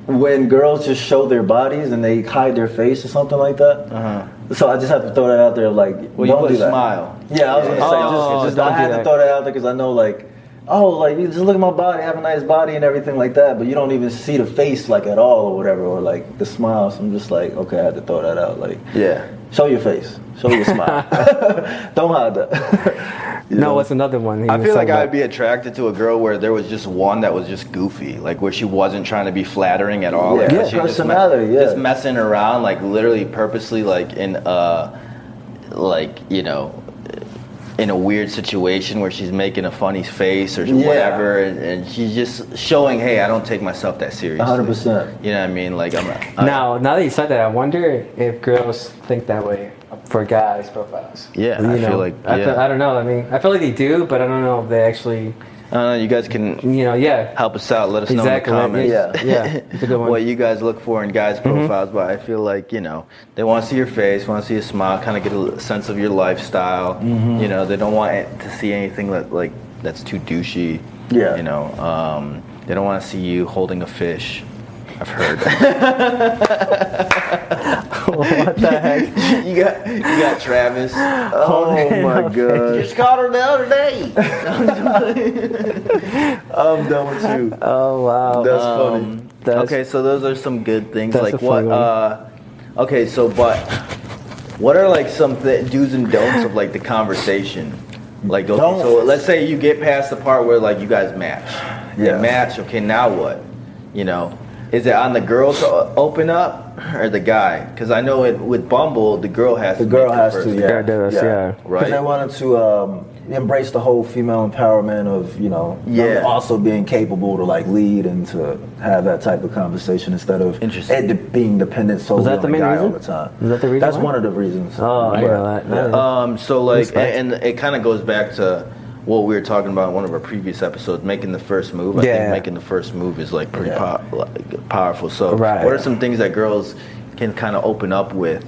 Speaker 2: when girls just show their bodies and they hide their face or something like that uh-huh. so i just have to throw that out there like
Speaker 1: Well, you
Speaker 2: don't
Speaker 1: put
Speaker 2: do
Speaker 1: a
Speaker 2: that.
Speaker 1: smile.
Speaker 2: Yeah, I was gonna say
Speaker 3: Oh,
Speaker 2: just, just
Speaker 3: don't
Speaker 2: I
Speaker 3: do
Speaker 2: had to
Speaker 3: that.
Speaker 2: throw that out there because I know like, oh, like you just look at my body, I have a nice body and everything like that, but you don't even see the face like at all or whatever, or like the smile. So I'm just like, okay, I had to throw that out. Like,
Speaker 1: Yeah.
Speaker 2: show your face, show your smile. don't hide that. You
Speaker 3: no,
Speaker 2: know?
Speaker 3: what's another one? he
Speaker 1: I
Speaker 3: was
Speaker 1: feel like
Speaker 3: talking
Speaker 1: I'd
Speaker 3: about?
Speaker 1: be attracted to a girl where there was just one that was just goofy, like where she wasn't trying to be flattering at all. Like,
Speaker 2: Yeah,
Speaker 1: she just me-
Speaker 2: personality, yeah.
Speaker 1: Just messing around, like literally purposely, like in uh, like you know, in a weird situation where she's making a funny face or
Speaker 2: Yeah.
Speaker 1: whatever, and, and she's just showing, hey, I don't take myself that seriously.
Speaker 2: 100%.
Speaker 1: You know what I mean? Like I'm. not- I-
Speaker 3: Now, now that you said that, I wonder if girls think that way for guys' profiles.
Speaker 1: Yeah, I feel like-
Speaker 3: I, feel,
Speaker 1: yeah.
Speaker 3: I don't know. I mean, I feel like they do, but I don't know if they actually,
Speaker 1: I don't know. You guys can
Speaker 3: you know, yeah,
Speaker 1: help us out. Let us
Speaker 3: exactly.
Speaker 1: know in the comments.
Speaker 3: Yeah,
Speaker 2: comments.
Speaker 3: yeah, it's a good one.
Speaker 1: what you guys look for in guys'
Speaker 3: Mm-hmm.
Speaker 1: profiles, but I feel like you know they want to see your face, want to see a smile, kind of get a l- sense of your lifestyle.
Speaker 3: Mm-hmm.
Speaker 1: You know, they don't want it to see anything that like that's too douchey.
Speaker 2: Yeah.
Speaker 1: you know, um, they don't want to see you holding a fish. I've heard.
Speaker 3: what the heck?
Speaker 1: you got you got Travis.
Speaker 2: Oh my god,
Speaker 1: Just caught her the other day.
Speaker 2: I'm done with you.
Speaker 3: Oh wow,
Speaker 2: That's funny.
Speaker 1: Um,
Speaker 3: That's-
Speaker 1: okay, so those are some good things. Like
Speaker 3: That's a
Speaker 1: what?
Speaker 3: fun one.
Speaker 1: Uh, okay, so but what are like some th- do's and don'ts of like the conversation? Like okay,
Speaker 2: Don't-
Speaker 1: so let's say you get past the part where like you guys match. Yeah.
Speaker 2: Yeah.
Speaker 1: match. Okay, now what? You know, Is it on the girl to o- open up or the guy? Because I know it with Bumble, the girl has
Speaker 2: The
Speaker 1: to
Speaker 2: girl
Speaker 1: make it
Speaker 2: has
Speaker 1: first.
Speaker 2: to,
Speaker 4: Yeah,
Speaker 2: yeah.
Speaker 4: does, yeah.
Speaker 1: Right.
Speaker 2: Because they wanted to um, embrace the whole female empowerment of, you know, them
Speaker 1: Yeah.
Speaker 2: also being capable to like lead and to have that type of conversation instead of
Speaker 1: Interesting.
Speaker 2: it de- being dependent solely
Speaker 4: that
Speaker 2: on
Speaker 4: the
Speaker 2: the
Speaker 4: main
Speaker 2: guy all
Speaker 4: reason?
Speaker 2: the time.
Speaker 4: Is that the reason
Speaker 2: That's
Speaker 4: why?
Speaker 2: one of the reasons.
Speaker 4: Oh, I know that. Yeah.
Speaker 1: Um, so like,
Speaker 4: Respect.
Speaker 1: and, and it kind of goes back to what we were talking about in one of our previous episodes, making the first move. I
Speaker 4: Yeah.
Speaker 1: think making the first move is like pretty
Speaker 2: Yeah.
Speaker 1: po- like, powerful. So,
Speaker 4: Right.
Speaker 1: what are some things that girls can kind of open up with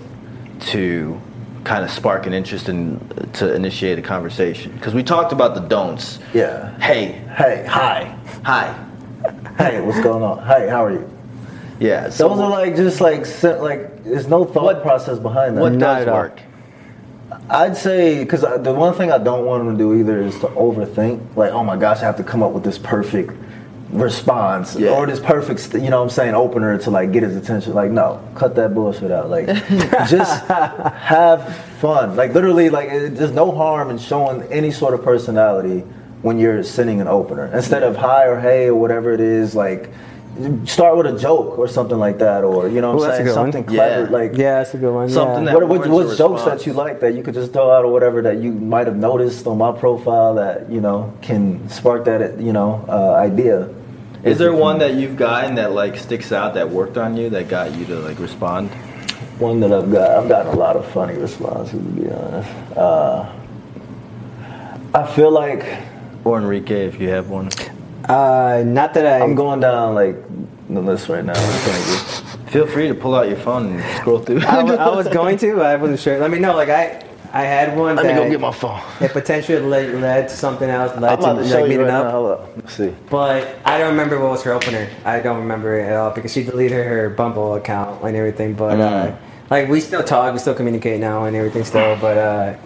Speaker 1: to kind of spark an interest in to initiate a conversation? Because we talked about the don'ts.
Speaker 2: Yeah.
Speaker 1: Hey,
Speaker 2: Hey, hi.
Speaker 1: hi.
Speaker 2: Hey, what's going on? Hey, how are you?
Speaker 1: Yeah. So
Speaker 2: Those are like just like sim- like there's no thought process behind that.
Speaker 1: what
Speaker 4: Not
Speaker 1: does
Speaker 4: at all.
Speaker 1: work?
Speaker 2: I'd say because the one thing I don't want them to do either is to overthink. Like, oh my gosh, I have to come up with this perfect response
Speaker 1: Yeah.
Speaker 2: or this perfect, st- you know, what I'm saying opener to like get his attention. Like, no, cut that bullshit out. Like, just have fun. Like, literally, like it, there's no harm in showing any sort of personality when you're sending an opener instead of hi or hey or whatever it is. Like, start with a joke or something like that, or you know, what
Speaker 4: Ooh,
Speaker 2: I'm
Speaker 4: that's a
Speaker 2: saying
Speaker 4: good one.
Speaker 2: something
Speaker 1: Yeah.
Speaker 2: clever. Like,
Speaker 4: yeah, that's a good one.
Speaker 1: Something
Speaker 4: yeah.
Speaker 1: that-
Speaker 2: what
Speaker 1: warrants
Speaker 2: what,
Speaker 1: a
Speaker 2: what jokes
Speaker 1: response.
Speaker 2: that you like that you could just throw out or whatever that you might have noticed on my profile that you know can spark that you know uh, idea.
Speaker 1: Is there one that you've gotten that like sticks out that worked on you that got you to like respond?
Speaker 2: One that I've got. I've gotten a lot of funny responses to be honest. Uh, I feel like
Speaker 1: Or Enrique, if you have one.
Speaker 3: Uh, not that I.
Speaker 2: I'm going down like the list right now. in front of you.
Speaker 1: Feel free to pull out your phone and scroll through.
Speaker 3: I, wa- I was going to, but I wasn't sure. Let me know. Like I, I had one.
Speaker 1: Let me
Speaker 3: that
Speaker 1: go get my phone.
Speaker 3: It potentially led, led to something else, led
Speaker 2: I'm
Speaker 3: to
Speaker 2: about to show
Speaker 3: like,
Speaker 2: you
Speaker 3: meeting
Speaker 2: right
Speaker 3: up.
Speaker 2: now. Hold up. Let's see.
Speaker 3: But I don't remember what was her opener. I don't remember it at all because she deleted her Bumble account and everything. But uh, like we still talk, we still communicate now and everything still. But uh,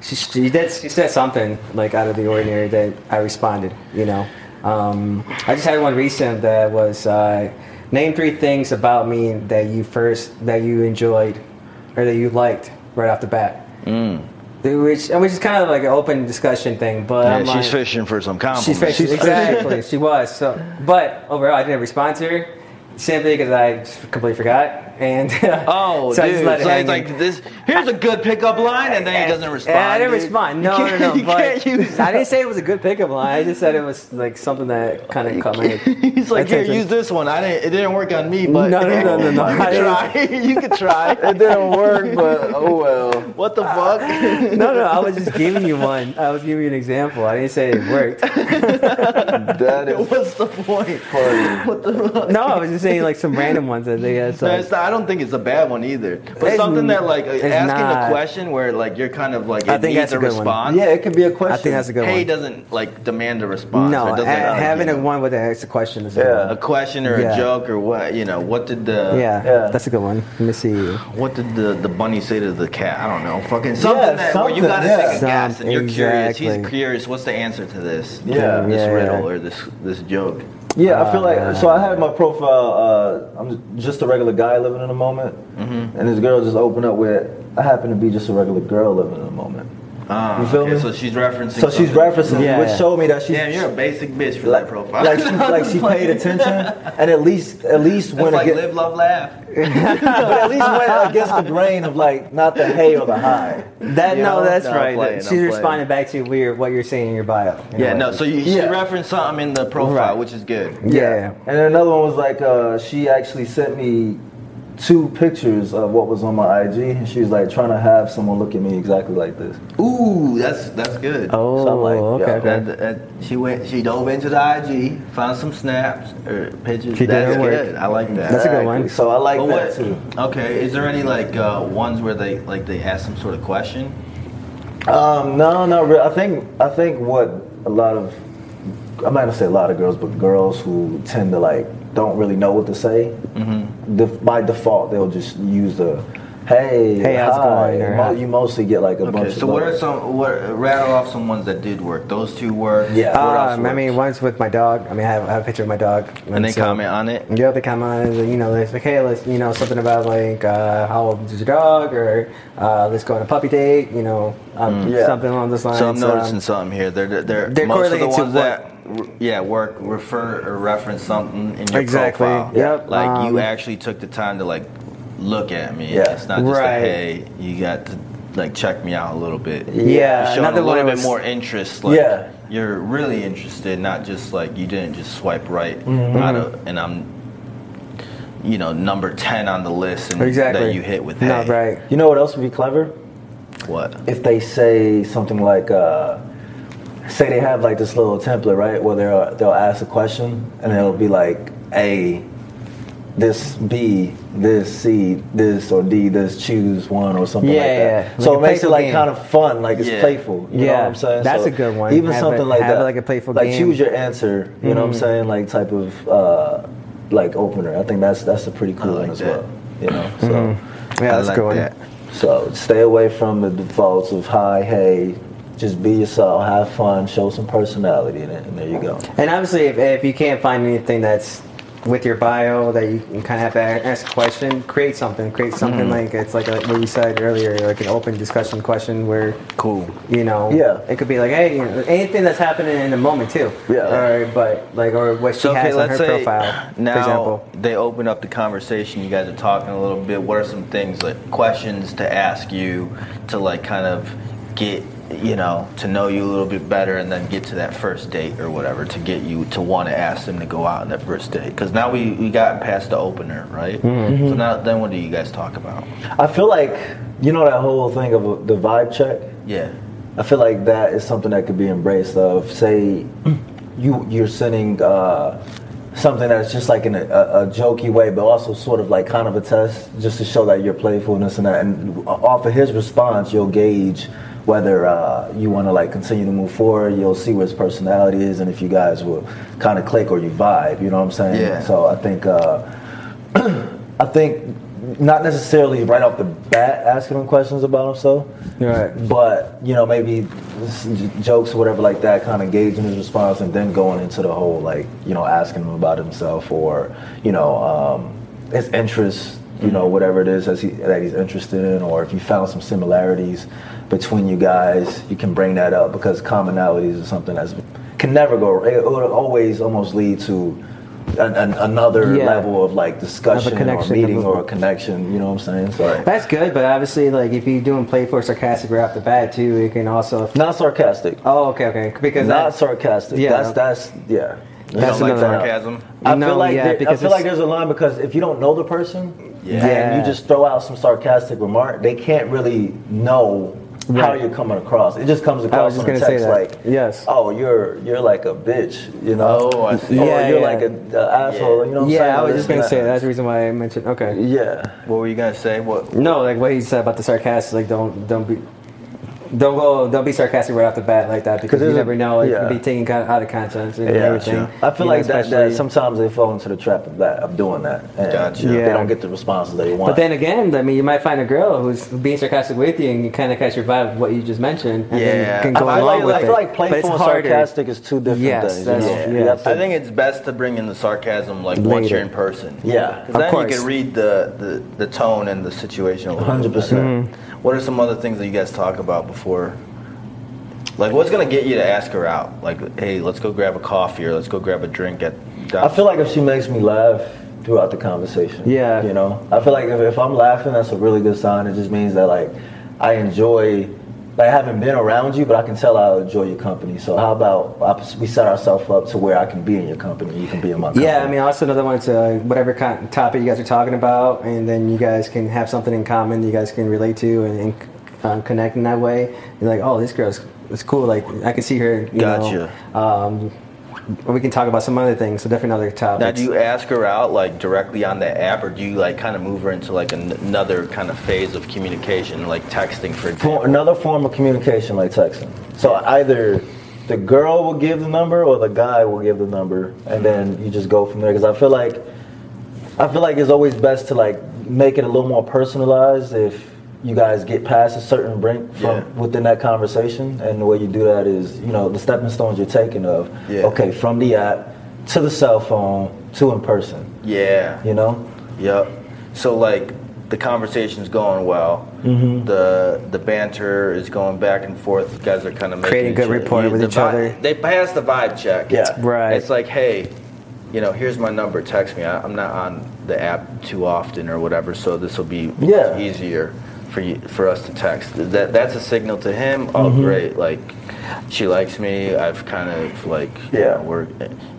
Speaker 3: she, she did she said something like out of the ordinary that I responded. You know, um, I just had one recent that was uh, name three things about me that you first that you enjoyed or that you liked right off the bat. Mm. Which which is kind of like an open discussion thing. But I'm
Speaker 1: she's
Speaker 3: like-
Speaker 1: fishing for some compliments.
Speaker 3: She's fake. Exactly, she was. So, but overall, I didn't respond to her simply because I just completely forgot. And
Speaker 1: Oh,
Speaker 3: so I
Speaker 1: dude.
Speaker 3: just let it
Speaker 1: so
Speaker 3: hang.
Speaker 1: it's like this. Here's a good pickup line, and then he doesn't respond.
Speaker 3: Yeah, I didn't
Speaker 1: dude.
Speaker 3: respond.
Speaker 1: You
Speaker 3: No, no,
Speaker 1: can't-
Speaker 3: no.
Speaker 1: you
Speaker 3: But
Speaker 1: can't use
Speaker 3: I didn't say it was a good pickup line. I just said it was like something that kind of caught my.
Speaker 1: He's like, here,
Speaker 3: attention.
Speaker 1: use this one. I didn't. It didn't work on me, but
Speaker 3: No, no, no, no, no.
Speaker 1: you could try. you could try.
Speaker 2: It didn't work, but oh well.
Speaker 1: What the fuck?
Speaker 3: No, no. I was just giving you one. I was giving you an example. I didn't say it worked.
Speaker 2: That is
Speaker 1: What's the point?
Speaker 2: funny.
Speaker 1: What the fuck?
Speaker 3: No, I was just saying like some random ones that they had. So
Speaker 1: No, it's not, I don't think it's a bad one either. But
Speaker 3: It's-
Speaker 1: something that like
Speaker 3: it's
Speaker 1: asking
Speaker 3: not.
Speaker 1: a question where like you're kind of like it
Speaker 3: I think
Speaker 1: needs
Speaker 3: that's a good one.
Speaker 1: response.
Speaker 2: Yeah, it could be a question.
Speaker 3: I think that's a good
Speaker 1: hey
Speaker 3: one.
Speaker 1: doesn't like demand a response.
Speaker 3: No,
Speaker 1: or doesn't,
Speaker 3: a-
Speaker 1: uh,
Speaker 3: having
Speaker 1: you
Speaker 3: a
Speaker 1: know,
Speaker 3: one with an extra question is
Speaker 2: Yeah.
Speaker 3: good.
Speaker 1: a question or
Speaker 3: Yeah.
Speaker 1: a joke or what you know what did the
Speaker 3: Yeah,
Speaker 2: Yeah.
Speaker 3: that's a good one. Let me see.
Speaker 1: what did the, the bunny say to the cat I don't know fucking something
Speaker 2: Yeah,
Speaker 1: that where you
Speaker 2: something,
Speaker 1: gotta
Speaker 2: yeah.
Speaker 1: take a guess and you're curious he's
Speaker 3: Exactly.
Speaker 1: curious what's the answer to this
Speaker 2: Yeah.
Speaker 1: this
Speaker 3: Yeah, yeah.
Speaker 1: riddle or this this joke
Speaker 2: Yeah, I feel
Speaker 1: Ah,
Speaker 2: like so. I had my profile. Uh, I'm just a regular guy living in the moment,
Speaker 1: Mm-hmm.
Speaker 2: and this girl just opened up with, "I happen to be just a regular girl living in the moment."
Speaker 1: Ah,
Speaker 2: You feel
Speaker 1: okay,
Speaker 2: me?
Speaker 1: so she's referencing
Speaker 2: So she's
Speaker 1: something.
Speaker 2: referencing,
Speaker 3: Yeah.
Speaker 2: which showed me that she's
Speaker 1: damn you're a basic bitch for that
Speaker 2: like,
Speaker 1: profile
Speaker 2: like she like she paid attention, and at least at least
Speaker 1: it's
Speaker 2: went
Speaker 1: like
Speaker 2: against,
Speaker 1: live love laugh
Speaker 2: but at least went against the grain of like not the hay or the high.
Speaker 3: That
Speaker 1: You
Speaker 3: no,
Speaker 1: know?
Speaker 3: that's
Speaker 1: No, I'm
Speaker 3: right.
Speaker 1: playing,
Speaker 3: She's
Speaker 1: I'm playing.
Speaker 3: responding back to weird what you're saying in your bio. you
Speaker 1: yeah
Speaker 3: know,
Speaker 1: no
Speaker 3: like-
Speaker 1: so you, she
Speaker 2: Yeah.
Speaker 1: referenced something in the profile
Speaker 3: Right.
Speaker 1: which is good
Speaker 3: yeah.
Speaker 2: And then another one was like, uh, she actually sent me two pictures of what was on my IG, and she was like trying to have someone look at me exactly like this.
Speaker 1: ooh that's that's good
Speaker 3: Oh,
Speaker 2: Something like-
Speaker 3: okay.
Speaker 2: yeah,
Speaker 3: okay.
Speaker 1: That, that, she went. She dove into the IG, found some snaps er, or pictures.
Speaker 3: She did
Speaker 1: That's
Speaker 3: her work.
Speaker 1: good. I like that.
Speaker 3: That's a good one.
Speaker 2: So I like
Speaker 1: But
Speaker 2: that
Speaker 1: what-
Speaker 2: too.
Speaker 1: Okay, is there any like uh, ones where they like they ask some sort of question?
Speaker 2: Um, no, not really. I think I think what a lot of I'm not gonna say a lot of girls, but girls who tend
Speaker 1: Mm-hmm.
Speaker 2: to like don't really know what to say. Def- by default, they'll just use the Hey,
Speaker 3: Hey, how's it
Speaker 2: hi.
Speaker 3: going? Or
Speaker 2: Mo-
Speaker 3: hi.
Speaker 2: you mostly get like a bunch
Speaker 1: Okay,
Speaker 2: of
Speaker 1: so what
Speaker 2: those.
Speaker 1: are some? What rattle off some ones that did work? Those two work.
Speaker 2: Yeah.
Speaker 1: What else
Speaker 3: Um, I mean,
Speaker 1: worked?
Speaker 3: one's with my dog. I mean, I have, I have a picture of my dog.
Speaker 1: and they
Speaker 3: so-
Speaker 1: comment on it.
Speaker 3: Yeah, they comment on it. You know, they're like, hey, let's, you know, something about like, uh, how old is your dog? Or uh, let's go on a puppy date, you know, um,
Speaker 2: Yeah.
Speaker 3: something along those lines.
Speaker 1: Mm. So I'm noticing
Speaker 3: Um,
Speaker 1: something here. They're they're,
Speaker 3: They're
Speaker 1: most of the
Speaker 3: correlated to
Speaker 1: ones that r- yeah work refer or reference something in your
Speaker 3: Exactly.
Speaker 1: profile.
Speaker 3: Yep.
Speaker 1: Like you
Speaker 3: Um,
Speaker 1: actually took the time to like look at me.
Speaker 2: Yeah.
Speaker 1: It's not just
Speaker 3: Right.
Speaker 1: like hey, you got to like check me out a little bit.
Speaker 3: yeah,
Speaker 1: You're showing
Speaker 3: another
Speaker 1: a little
Speaker 3: one
Speaker 1: bit
Speaker 3: was-
Speaker 1: more interest. Like,
Speaker 2: Yeah.
Speaker 1: You're really interested, not just like you didn't just swipe right.
Speaker 3: Mm-hmm.
Speaker 1: Out of, and I'm. You know, number ten on the list, and
Speaker 3: Exactly.
Speaker 1: that you hit with hey,
Speaker 3: No, right. Mm-hmm.
Speaker 2: You know what else would be clever?
Speaker 1: What?
Speaker 2: if they say something like, uh, say they have like this little template, right, where they'll they'll ask a question and it'll be like A, this B, this C, this or D, this choose one or something like
Speaker 3: Yeah,
Speaker 2: that.
Speaker 3: yeah, yeah.
Speaker 2: so
Speaker 3: Like
Speaker 2: it
Speaker 3: a
Speaker 2: makes it
Speaker 3: playful
Speaker 2: like
Speaker 3: game.
Speaker 2: kind of fun, like it's
Speaker 1: Yeah.
Speaker 2: playful. You know
Speaker 3: Yeah,
Speaker 2: what I'm saying?
Speaker 3: that's
Speaker 2: So
Speaker 3: a good one.
Speaker 2: Even
Speaker 3: Have
Speaker 2: something
Speaker 3: it-
Speaker 2: like
Speaker 3: have
Speaker 2: that,
Speaker 3: it like a playful
Speaker 2: like
Speaker 3: game. Mm-hmm.
Speaker 2: choose your answer. You know what I'm saying? Like type of uh, like opener. I think that's that's a pretty cool
Speaker 1: like
Speaker 2: one as
Speaker 1: that.
Speaker 2: well. You know,
Speaker 3: Mm-hmm.
Speaker 2: so.
Speaker 3: yeah,
Speaker 1: I
Speaker 3: that's
Speaker 1: like
Speaker 3: a good one.
Speaker 1: that.
Speaker 2: So stay away from the defaults of hi, hey, just be yourself, have fun, show some personality, and, and there you go.
Speaker 3: And obviously, if, if you can't find anything that's with your bio that you kind of have to a- ask a question, create something. Create something
Speaker 1: Mm-hmm.
Speaker 3: like it's like, like what you said earlier, like an open discussion question where
Speaker 1: Cool.
Speaker 3: you know,
Speaker 2: Yeah.
Speaker 3: it could be like, hey, you know, anything that's happening in the moment too.
Speaker 2: Yeah.
Speaker 3: Or but like or what she
Speaker 1: So okay,
Speaker 3: has on
Speaker 1: let's
Speaker 3: her
Speaker 1: say
Speaker 3: profile,
Speaker 1: now
Speaker 3: for example.
Speaker 1: they open up the conversation. You guys are talking a little bit. What are some things like questions to ask you to like kind of get you know to know you a little bit better, and then get to that first date or whatever to get you to want to ask them to go out on that first date? Because now we we got past the opener, right?
Speaker 3: Mm-hmm.
Speaker 1: So now then, what do you guys talk about?
Speaker 2: I feel like you know that whole thing of uh, the vibe check.
Speaker 1: Yeah.
Speaker 2: I feel like that is something that could be embraced. Of say, you you're sending uh, something that's just like in a, a, a jokey way, but also sort of like kind of a test, just to show that you're playful and this and that. And off of his response, you'll gauge whether uh, you want to like continue to move forward. You'll see what his personality is, and if you guys will kind of click or you vibe. You know what I'm saying?
Speaker 1: Yeah.
Speaker 2: So I think. Uh, I think not necessarily right off the bat asking him questions about himself.
Speaker 3: Right.
Speaker 2: But you know, maybe s- j- jokes or whatever like that, kind of gauging his response, and then going into the whole like you know asking him about himself or you know um, his interests, you know
Speaker 3: Mm-hmm.
Speaker 2: whatever it is that, he, that he's interested in, or if you found some similarities between you guys, you can bring that up because commonalities is something that's can never go. It will always almost lead to. An, an, another
Speaker 3: Yeah.
Speaker 2: level of like discussion or
Speaker 3: connection,
Speaker 2: meeting
Speaker 3: another-
Speaker 2: or a connection, you know what I'm saying? So
Speaker 3: That's good, but obviously like if you're doing playful or sarcastic right off the bat too, it can also
Speaker 2: not sarcastic.
Speaker 3: Oh okay, okay. Because
Speaker 2: not
Speaker 3: that's
Speaker 2: sarcastic.
Speaker 3: Yeah.
Speaker 2: that's that's yeah.
Speaker 1: You
Speaker 3: That's
Speaker 1: don't like
Speaker 3: another-
Speaker 1: sarcasm.
Speaker 2: I
Speaker 3: No,
Speaker 2: feel like
Speaker 3: yeah,
Speaker 2: there- I
Speaker 3: because
Speaker 2: feel like
Speaker 3: it's-
Speaker 2: there's a line because if you don't know the person,
Speaker 1: Yeah.
Speaker 2: and
Speaker 3: Yeah.
Speaker 2: you just throw out some sarcastic remark, they can't really know how
Speaker 3: Right.
Speaker 2: you're coming across. It just comes across
Speaker 3: just
Speaker 2: on the
Speaker 3: gonna say
Speaker 2: text
Speaker 3: that.
Speaker 2: like,
Speaker 3: Yes.
Speaker 2: oh, you're you're like a bitch, you know?
Speaker 1: Oh, I see.
Speaker 2: Or
Speaker 3: Yeah,
Speaker 2: you're
Speaker 3: yeah.
Speaker 2: like an asshole. You know what I'm saying?
Speaker 3: yeah, I was
Speaker 2: Or
Speaker 3: just
Speaker 2: this
Speaker 3: gonna say
Speaker 2: and
Speaker 3: that's the reason why I mentioned okay.
Speaker 2: Yeah.
Speaker 1: What were you gonna say? What?
Speaker 3: No, like what he said about the sarcastic, like don't don't be. Don't go. Don't be sarcastic right off the bat like that because you
Speaker 2: there's a-
Speaker 3: never know. It
Speaker 2: yeah.
Speaker 3: could be taken kind of out of context and
Speaker 2: Yeah,
Speaker 3: everything.
Speaker 1: sure.
Speaker 2: I feel
Speaker 3: You know,
Speaker 2: like that, that
Speaker 3: especially-
Speaker 2: sometimes they fall into the trap of that of doing that. And
Speaker 1: Gotcha.
Speaker 2: They
Speaker 3: Yeah.
Speaker 2: don't get the responses they want.
Speaker 3: But then again, I mean, you might find a girl who's being sarcastic with you, and you kind of catch your vibe of what you just mentioned. And then
Speaker 1: Yeah.
Speaker 3: you can go
Speaker 2: I feel
Speaker 3: along
Speaker 2: like,
Speaker 3: with
Speaker 2: I feel
Speaker 3: it.
Speaker 2: like
Speaker 3: But it's
Speaker 2: playful and
Speaker 3: harder.
Speaker 2: sarcastic is two different
Speaker 3: Yes,
Speaker 2: things.
Speaker 3: that's-
Speaker 2: you know?
Speaker 3: yeah.
Speaker 2: You have to-
Speaker 1: I think it's best to bring in the sarcasm like once
Speaker 3: Later.
Speaker 1: you're in person.
Speaker 2: Yeah.
Speaker 1: because
Speaker 3: Of
Speaker 1: then
Speaker 3: course.
Speaker 1: you can read the, the, the tone and the situation. a little bit
Speaker 2: 100%.
Speaker 1: better.
Speaker 3: Mm-hmm.
Speaker 1: What are some other things that you guys talk about before? Like, what's gonna get you to ask her out? Like, hey, let's go grab a coffee or let's go grab a drink at.
Speaker 2: I feel like if she makes me laugh throughout the conversation,
Speaker 3: Yeah.
Speaker 2: you know, I feel like if, if I'm laughing, that's a really good sign. It just means that like I enjoy, like I haven't been around you, but I can tell I enjoy your company. So how about I, we set ourselves up to where I can be in your company, you can be in my company.
Speaker 3: Yeah, I mean, also another one to uh, whatever con- topic you guys are talking about, and then you guys can have something in common that you guys can relate to and, and um, connect in that way. You're like, oh, this girl's it's cool. Like, I can see her. You
Speaker 1: Gotcha.
Speaker 3: Know, um, or we can talk about some other things, so definitely other
Speaker 1: Now,
Speaker 3: topics.
Speaker 1: do you ask her out like directly on the app, or do you like kind of move her into like an- another kind of phase of communication, like texting, for example?
Speaker 2: For another form of communication like texting. So either the girl will give the number or the guy will give the number, and then you just go from there. Because I feel like I feel like it's always best to like make it a little more personalized if you guys get past a certain brink from
Speaker 1: Yeah.
Speaker 2: within that conversation. And the way you do that is, you know, the stepping stones you're taking of,
Speaker 1: Yeah.
Speaker 2: okay, from the app to the cell phone to in person,
Speaker 1: Yeah.
Speaker 2: you know?
Speaker 1: Yep. So like the conversation's going well.
Speaker 3: Mm-hmm.
Speaker 1: The the banter is going back and forth. You guys are kind of
Speaker 3: Creating good rapport with each other.
Speaker 1: They pass the vibe check.
Speaker 2: Yeah.
Speaker 3: Right.
Speaker 1: It's like, hey, you know, here's my number. Text me. I, I'm not on the app too often or whatever, so this will be much
Speaker 2: Yeah.
Speaker 1: easier for you, for us to text. That that's a signal to him. Oh,
Speaker 3: Mm-hmm.
Speaker 1: great. Like she likes me. I've kind of like you
Speaker 2: Yeah.
Speaker 1: know, we're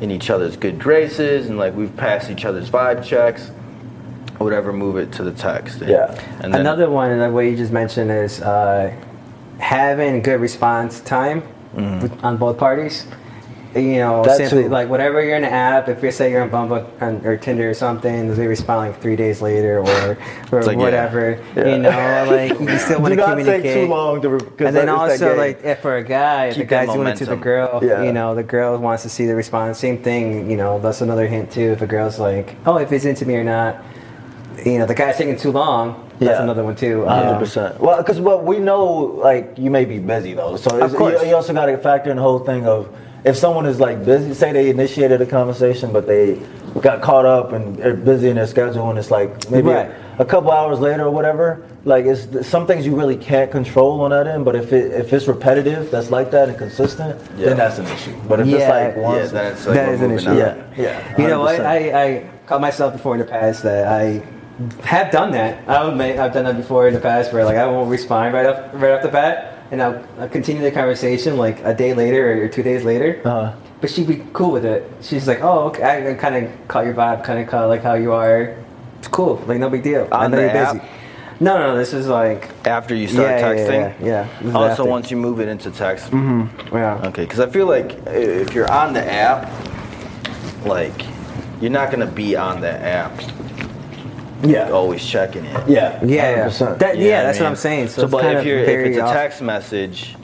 Speaker 1: in each other's good graces and like we've passed each other's vibe checks whatever move it to the text and,
Speaker 2: Yeah.
Speaker 1: and then,
Speaker 3: Another one, the way you just mentioned, is uh, having good response time
Speaker 1: Mm-hmm.
Speaker 3: with- on both parties. You know,
Speaker 2: That
Speaker 3: simply
Speaker 2: too.
Speaker 3: like whatever you're in the app, if you say you're on Bumble and- or Tinder or something, they respond like three days later or, or
Speaker 1: like, yeah.
Speaker 3: whatever. You know, like you still want to
Speaker 2: Do not
Speaker 3: communicate.
Speaker 2: take too long to. Re- 'cause
Speaker 3: And then
Speaker 2: it's that
Speaker 3: also,
Speaker 2: game.
Speaker 3: like if for a guy, if the
Speaker 1: Keep that
Speaker 3: guy's doing it to the
Speaker 1: momentum.
Speaker 3: girl.
Speaker 2: Yeah.
Speaker 3: You know, the girl wants to see the response. Same thing. You know, that's another hint too. If a girl's like, "Oh, if he's into me or not," you know, the guy's taking too long. That's
Speaker 2: Yeah.
Speaker 3: another one too. Um,
Speaker 2: Hundred percent. Well, because what we know, like you may be busy though, so it's,
Speaker 3: course.
Speaker 2: you, you also got to factor in the whole thing of if someone is like busy. Say they initiated a conversation, but they got caught up and are busy in their schedule, and it's like maybe
Speaker 3: Right.
Speaker 2: a, couple hours later or whatever. Like it's some things you really can't control on that end, but if it if it's repetitive, that's like that and consistent,
Speaker 1: Yeah.
Speaker 2: then that's an issue. But if
Speaker 3: Yeah.
Speaker 2: it's like
Speaker 1: yeah
Speaker 2: once,
Speaker 1: then it's like
Speaker 3: That
Speaker 1: we're
Speaker 3: is an
Speaker 1: moving
Speaker 3: issue.
Speaker 1: on.
Speaker 2: yeah, yeah.
Speaker 3: You know, I,
Speaker 2: 100%.
Speaker 3: I, I caught myself before in the past that I have done that. I would make, I've done that before in the past where like I won't respond right off right off the bat, and I'll, I'll continue the conversation like a day later or two days later.
Speaker 2: Uh-huh.
Speaker 3: But she'd be cool with it. She's like, "Oh, okay, I, kind of caught your vibe, kind of caught like how you are. It's cool, like no big deal. I
Speaker 1: On
Speaker 3: know
Speaker 1: the
Speaker 3: you're busy."
Speaker 1: app?
Speaker 3: No, no, this is like
Speaker 1: after you start
Speaker 3: Yeah, yeah,
Speaker 1: texting
Speaker 3: yeah, yeah. Mm-hmm. This is
Speaker 1: also
Speaker 3: after.
Speaker 1: once you move it into text
Speaker 3: yeah.
Speaker 1: okay because i feel like i- if you're on the app like you're not gonna be on the app
Speaker 2: yeah,
Speaker 1: always checking it
Speaker 2: yeah,
Speaker 3: Yeah,
Speaker 2: 100%.
Speaker 3: that-
Speaker 1: You know
Speaker 3: yeah, that's
Speaker 1: I
Speaker 3: what
Speaker 1: mean?
Speaker 3: I'm saying. So, it's
Speaker 1: but
Speaker 3: kind
Speaker 1: if
Speaker 3: of
Speaker 1: you're
Speaker 3: very
Speaker 1: if it's a
Speaker 3: off- Oh,
Speaker 1: text message,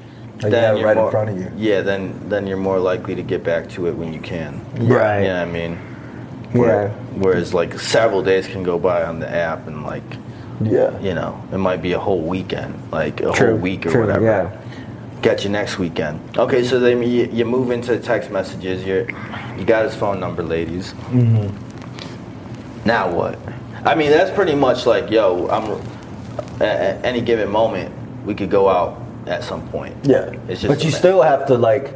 Speaker 1: then
Speaker 2: Like, yeah,
Speaker 1: you're
Speaker 2: right in
Speaker 1: more-
Speaker 2: front of you.
Speaker 1: Yeah, then then you're more likely to get back to it when you can.
Speaker 3: Right.
Speaker 1: You know what I mean? Where-
Speaker 3: Yeah.
Speaker 1: Whereas like several days can go by on the app, and like
Speaker 2: yeah.
Speaker 1: you know it might be a whole weekend, like a
Speaker 3: True,
Speaker 1: whole week or
Speaker 3: true,
Speaker 1: whatever.
Speaker 3: yeah.
Speaker 1: Got you next weekend. Okay, so then you, you move into text messages. You you got his phone number, ladies. Mm-hmm. Now what? I mean, that's pretty much like, yo, I'm at, at any given moment we could go out at some point.
Speaker 2: Yeah.
Speaker 1: it's just.
Speaker 2: but
Speaker 1: a
Speaker 2: you
Speaker 1: ma-
Speaker 2: still have to like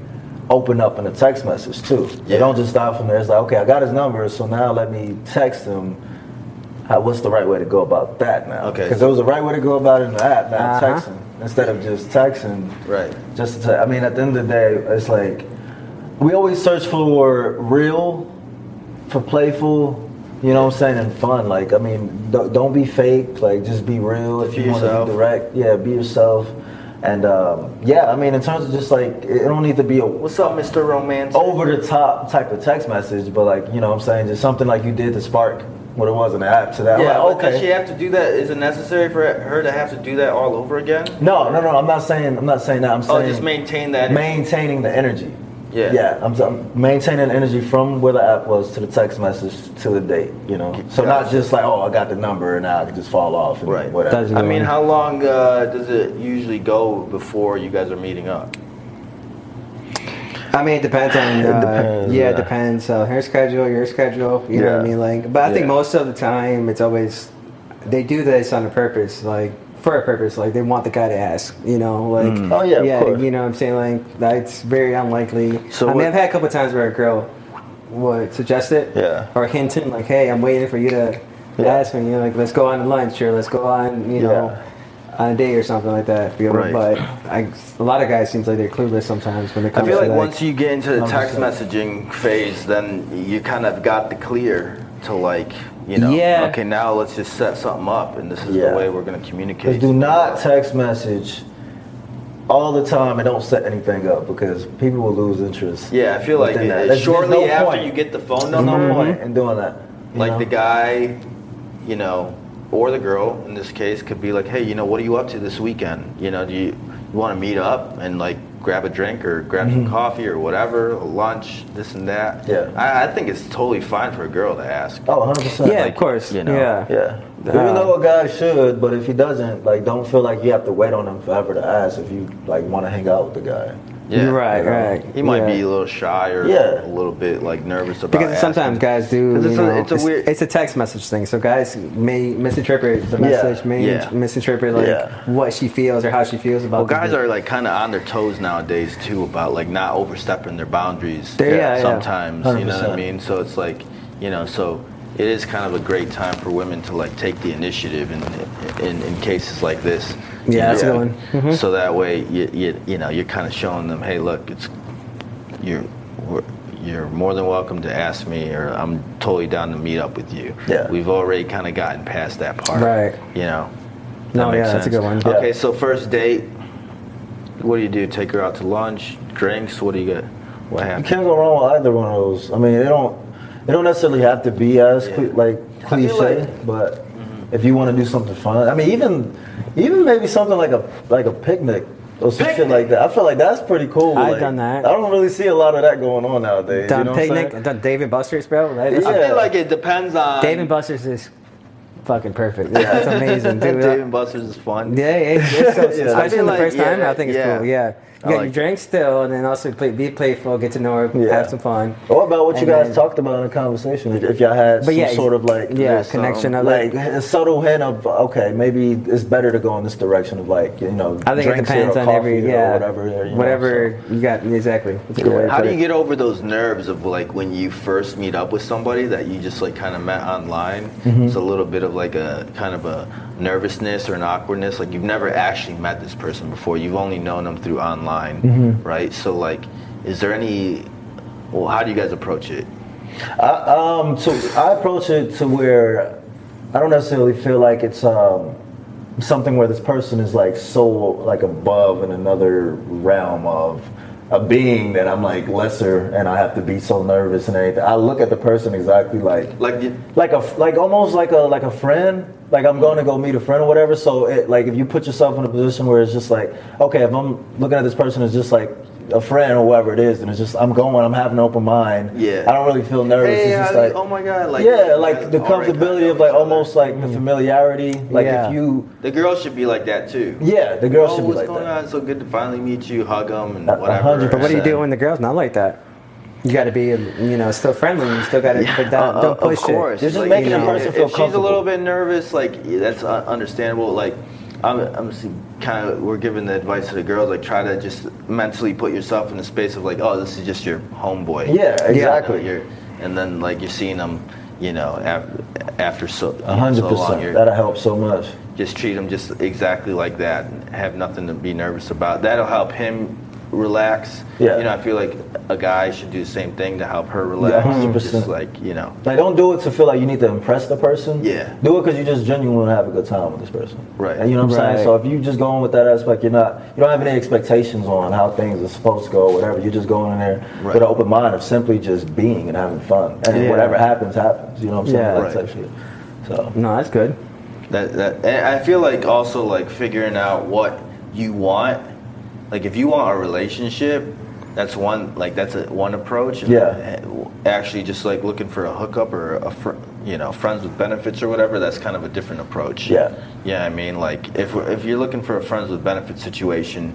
Speaker 2: open up in a text message too. You
Speaker 1: Yeah.
Speaker 2: don't just stop from there. It's like, okay, I got his number, so now let me text him. How, what's the right way to go about that now?
Speaker 1: Okay.
Speaker 2: Because there was a right way to go about it in the app, now
Speaker 3: Uh-huh.
Speaker 2: texting instead of just texting.
Speaker 1: Right.
Speaker 2: Just to, I mean, at the end of the day, it's like we always search for real, for playful. You know what I'm saying? And fun. Like, I mean, don't, don't be fake. Like, just be real. If
Speaker 1: Be
Speaker 2: you want to
Speaker 1: yourself.
Speaker 2: be direct, yeah, be yourself. And um, yeah, I mean, in terms of just like, it it don't need to be a
Speaker 1: What's up, Mr. Romance?
Speaker 2: over the top type of text message, but like, you know what I'm saying? Just something like you did to spark what it was in the app to that.
Speaker 1: yeah.
Speaker 2: Like,
Speaker 1: okay. Does she have to do that? Is it necessary for her to have to do that all over again?
Speaker 2: No, no, no. I'm not saying. I'm not saying that. I'm
Speaker 1: Oh,
Speaker 2: saying
Speaker 1: just maintain that.
Speaker 2: maintaining the energy.
Speaker 1: Yeah.
Speaker 2: Yeah. I'm, I'm maintaining the energy from where the app was to the text message to the date. You know. So not
Speaker 1: Gotcha.
Speaker 2: just like, oh, I got the number and now I can just fall off and
Speaker 1: Right.
Speaker 2: whatever.
Speaker 3: Doesn't-
Speaker 1: I mean, how long uh, does it usually go before you guys are meeting up?
Speaker 3: I mean, it depends on. Uh,
Speaker 2: depends,
Speaker 3: yeah, it
Speaker 2: yeah.
Speaker 3: depends. Uh, her schedule, your schedule. You know what I
Speaker 2: Yeah.
Speaker 3: mean? Like, but I think
Speaker 2: Yeah.
Speaker 3: most of the time, it's always they do this on a purpose, like for a purpose. Like they want the guy to ask. You know, like
Speaker 2: Oh, yeah, of course.
Speaker 3: you know what I'm saying? Like that's very unlikely.
Speaker 1: So
Speaker 3: I mean,
Speaker 1: what-
Speaker 3: I've had a couple times where a girl would suggest it,
Speaker 1: Yeah.
Speaker 3: or hinting like, "Hey, I'm waiting for you to
Speaker 2: Yeah.
Speaker 3: ask me. You know, like let's go on to lunch, or let's go on, you know." On a date or something like that, you know,
Speaker 1: Right.
Speaker 3: but I, a lot of guys seems like they're clueless sometimes when they
Speaker 1: I
Speaker 3: come.
Speaker 1: feel
Speaker 3: to
Speaker 1: like
Speaker 3: that.
Speaker 1: once you get into the text
Speaker 2: 100%.
Speaker 1: messaging phase, then you kind of got the clear to like, you know,
Speaker 3: Yeah.
Speaker 1: okay, now let's just set something up, and this is
Speaker 2: Yeah.
Speaker 1: the way we're going to
Speaker 2: Just
Speaker 1: communicate.
Speaker 2: do not text message all the time and don't set anything up because people will lose interest.
Speaker 1: Yeah, I feel like
Speaker 2: within
Speaker 1: it-
Speaker 2: that.
Speaker 1: it-
Speaker 2: There's- there's
Speaker 1: shortly
Speaker 2: no
Speaker 1: after
Speaker 2: point.
Speaker 1: you get the phone
Speaker 2: There's
Speaker 1: number,
Speaker 3: Mm-hmm.
Speaker 2: no point in doing that. you
Speaker 1: like
Speaker 2: know?
Speaker 1: the guy, you know, or the girl in this case could be like, hey, you know, what are you up to this weekend? You know, do you, you want to meet up and like grab a drink or grab
Speaker 3: Mm-hmm.
Speaker 1: some coffee or whatever, lunch, this and that.
Speaker 2: Yeah.
Speaker 1: I, I think it's totally fine for a girl to ask.
Speaker 2: Oh, 100 percent.
Speaker 3: yeah,
Speaker 1: like,
Speaker 3: of course.
Speaker 1: you know.
Speaker 3: Yeah.
Speaker 2: Yeah. Even though a guy should, but if he doesn't, like, don't feel like you have to wait on him forever to ask if you like want to hang out with the guy.
Speaker 1: Yeah.
Speaker 3: You're right,
Speaker 2: you know,
Speaker 3: right.
Speaker 1: He might
Speaker 3: Yeah.
Speaker 1: be a little shy or
Speaker 2: Yeah.
Speaker 1: a little bit like nervous about
Speaker 3: Because
Speaker 1: asking.
Speaker 3: sometimes guys do,
Speaker 1: 'Cause
Speaker 3: you
Speaker 1: it's a-
Speaker 3: know,
Speaker 1: it's a weird-
Speaker 3: it's a text message thing. So guys may misinterpret the
Speaker 2: Yeah,
Speaker 3: message, may
Speaker 1: yeah.
Speaker 3: misinterpret like
Speaker 2: Yeah.
Speaker 3: what she feels or how she feels about.
Speaker 1: Well, guys
Speaker 3: the-
Speaker 1: are like kind of on their toes nowadays too about like not overstepping their boundaries.
Speaker 3: They- yeah, yeah.
Speaker 1: sometimes you know what I
Speaker 2: 100%.
Speaker 1: mean. So it's like you know, so it is kind of a great time for women to like take the initiative in in, in cases like this. you
Speaker 3: Yeah, that's a
Speaker 1: know?
Speaker 3: good one. Mm-hmm.
Speaker 1: So that way, you, you you know, you're kind of showing them, hey, look, it's you're we're- you're more than welcome to ask me, or I'm totally down to meet up with you.
Speaker 2: Yeah.
Speaker 1: we've already kind of gotten past that part.
Speaker 3: Right.
Speaker 1: You know.
Speaker 3: No,
Speaker 1: That makes
Speaker 3: yeah, that's a good one.
Speaker 1: Okay,
Speaker 2: Yeah.
Speaker 1: so first date, what do you do? Take her out to lunch, drinks? What do you get? What
Speaker 2: You
Speaker 1: happens?
Speaker 2: can't go wrong with either one of those. I mean, they don't they don't necessarily have to be as cli- like
Speaker 1: I feel
Speaker 2: cliche,
Speaker 1: like-
Speaker 2: but if you want to do something fun, I mean, even even maybe something like a like a picnic or some shit like that. I feel like that's pretty cool.
Speaker 3: I've
Speaker 2: like,
Speaker 3: done that.
Speaker 2: I don't really see a lot of that going on nowadays.
Speaker 3: done
Speaker 2: you know what I'm
Speaker 3: picnic,
Speaker 2: saying?
Speaker 3: done Dave and Buster's, bro. That is,
Speaker 1: I
Speaker 2: Yeah.
Speaker 1: feel like it depends on.
Speaker 3: Dave and Buster's is fucking perfect. Yeah, it's amazing, dude.
Speaker 1: Dave and Buster's is fun.
Speaker 3: Yeah, it's, it's
Speaker 1: I
Speaker 3: so,
Speaker 2: Yeah.
Speaker 3: especially
Speaker 1: feel
Speaker 3: the
Speaker 1: like-
Speaker 3: first time.
Speaker 1: yeah,
Speaker 3: I think it's
Speaker 1: yeah.
Speaker 3: cool. Yeah,
Speaker 1: I
Speaker 3: you got your
Speaker 1: like-
Speaker 3: drink still, and then also play, be playful, get to know her,
Speaker 2: Yeah.
Speaker 3: have some fun.
Speaker 2: What about what you
Speaker 3: And
Speaker 2: guys
Speaker 3: then-
Speaker 2: talked about in the conversation? If, if y'all had some
Speaker 3: yeah,
Speaker 2: sort of like
Speaker 3: yeah,
Speaker 2: this, um,
Speaker 3: connection of
Speaker 2: like
Speaker 3: it.
Speaker 2: a subtle hint of okay, maybe it's better to go in this direction of like you know.
Speaker 3: I think it
Speaker 2: drinks here or
Speaker 3: depends on
Speaker 2: coffee
Speaker 3: every
Speaker 2: or
Speaker 3: yeah
Speaker 2: whatever you know, so.
Speaker 3: whatever you got exactly. That's a good way to
Speaker 1: How
Speaker 3: put
Speaker 1: do you
Speaker 3: it.
Speaker 1: get over those nerves of like when you first meet up with somebody that you just like kind of met online?
Speaker 2: Mm-hmm.
Speaker 1: It's a little bit of like a kind of a nervousness or an awkwardness. Like you've never actually met this person before. You've only known them through online,
Speaker 2: Mm-hmm.
Speaker 1: right? So like, is there any? Well, how do you guys approach it?
Speaker 2: I, um, so I approach it to where I don't necessarily feel like it's um, something where this person is like so like above in another realm of a being that I'm like lesser and I have to be so nervous and everything. I look at the person exactly like
Speaker 1: Like, you-
Speaker 2: like a like almost like a like a friend like i'm going to go meet a friend or whatever so it, like if you put yourself in a position where it's just like okay if i'm looking at this person as just like a friend or whoever it is and it's just i'm going i'm having an open mind
Speaker 1: Yeah.
Speaker 2: i don't really feel nervous
Speaker 1: Hey,
Speaker 2: it's
Speaker 1: how
Speaker 2: just
Speaker 1: do
Speaker 2: like
Speaker 1: you- oh my God, like,
Speaker 2: yeah
Speaker 1: you
Speaker 2: like
Speaker 1: guys
Speaker 2: the
Speaker 1: already kinda
Speaker 2: comfortability
Speaker 1: know
Speaker 2: of like
Speaker 1: each other.
Speaker 2: almost like the familiarity like
Speaker 3: Mm. Yeah.
Speaker 2: if you
Speaker 1: the girl should be like that too.
Speaker 2: yeah the girl
Speaker 1: oh,
Speaker 2: should be
Speaker 1: what's
Speaker 2: like
Speaker 1: going
Speaker 2: that Uh,
Speaker 1: on? So good to finally meet you. Hug them and
Speaker 2: A- a
Speaker 1: whatever.
Speaker 2: hundred
Speaker 3: But what do you do
Speaker 1: And-
Speaker 3: when the girl's not like that? You got to be, you know, still friendly. You still got to put down.
Speaker 1: Uh,
Speaker 3: don't push
Speaker 1: of course.
Speaker 3: it.
Speaker 2: You're just
Speaker 1: Like,
Speaker 2: making
Speaker 1: you
Speaker 2: the
Speaker 1: know,
Speaker 2: person
Speaker 1: if
Speaker 2: feel
Speaker 1: she's a
Speaker 2: comfortable.
Speaker 1: little bit nervous, like yeah, that's uh, understandable. Like I'm, I'm kind of we're giving the advice to the girls, like try to just mentally put yourself in the space of like, oh, this is just your homeboy.
Speaker 2: Yeah,
Speaker 1: You know,
Speaker 2: exactly.
Speaker 1: you're- and then like you're seeing them, you know, after, after so, you
Speaker 2: A
Speaker 1: know,
Speaker 2: hundred
Speaker 1: so long,
Speaker 2: percent
Speaker 1: you're,
Speaker 2: that'll help so much
Speaker 1: just treat them just exactly like that. and Have nothing to be nervous about. That'll help him relax.
Speaker 2: Yeah.
Speaker 1: You know, I feel like a guy should do the same thing to help her relax. Just
Speaker 2: 100%.
Speaker 1: like you know,
Speaker 2: like don't do it to feel like you need to impress the person
Speaker 1: Yeah.
Speaker 2: do it because you just genuinely want to have a good time with this person
Speaker 1: Right.
Speaker 2: And you know what i'm
Speaker 3: Right.
Speaker 2: saying so if you just go in with that aspect you're not you don't have any expectations on how things are supposed to go or whatever you're just going in there
Speaker 1: Right.
Speaker 2: with an open mind of simply just being and having fun and
Speaker 3: Yeah.
Speaker 2: whatever happens happens you know what i'm saying
Speaker 3: Yeah.
Speaker 2: That
Speaker 1: Right.
Speaker 2: type shit. so
Speaker 3: No, that's good.
Speaker 1: That, that and I feel like also like figuring out what you want. Like if you want a relationship, that's one like that's a, one approach. And eh,
Speaker 2: Yeah.
Speaker 1: Actually, just like looking for a hookup or a fr- you know friends with benefits or whatever, that's kind of a different approach.
Speaker 2: Yeah.
Speaker 1: Yeah, I mean like if we're, if you're looking for a friends with benefits situation,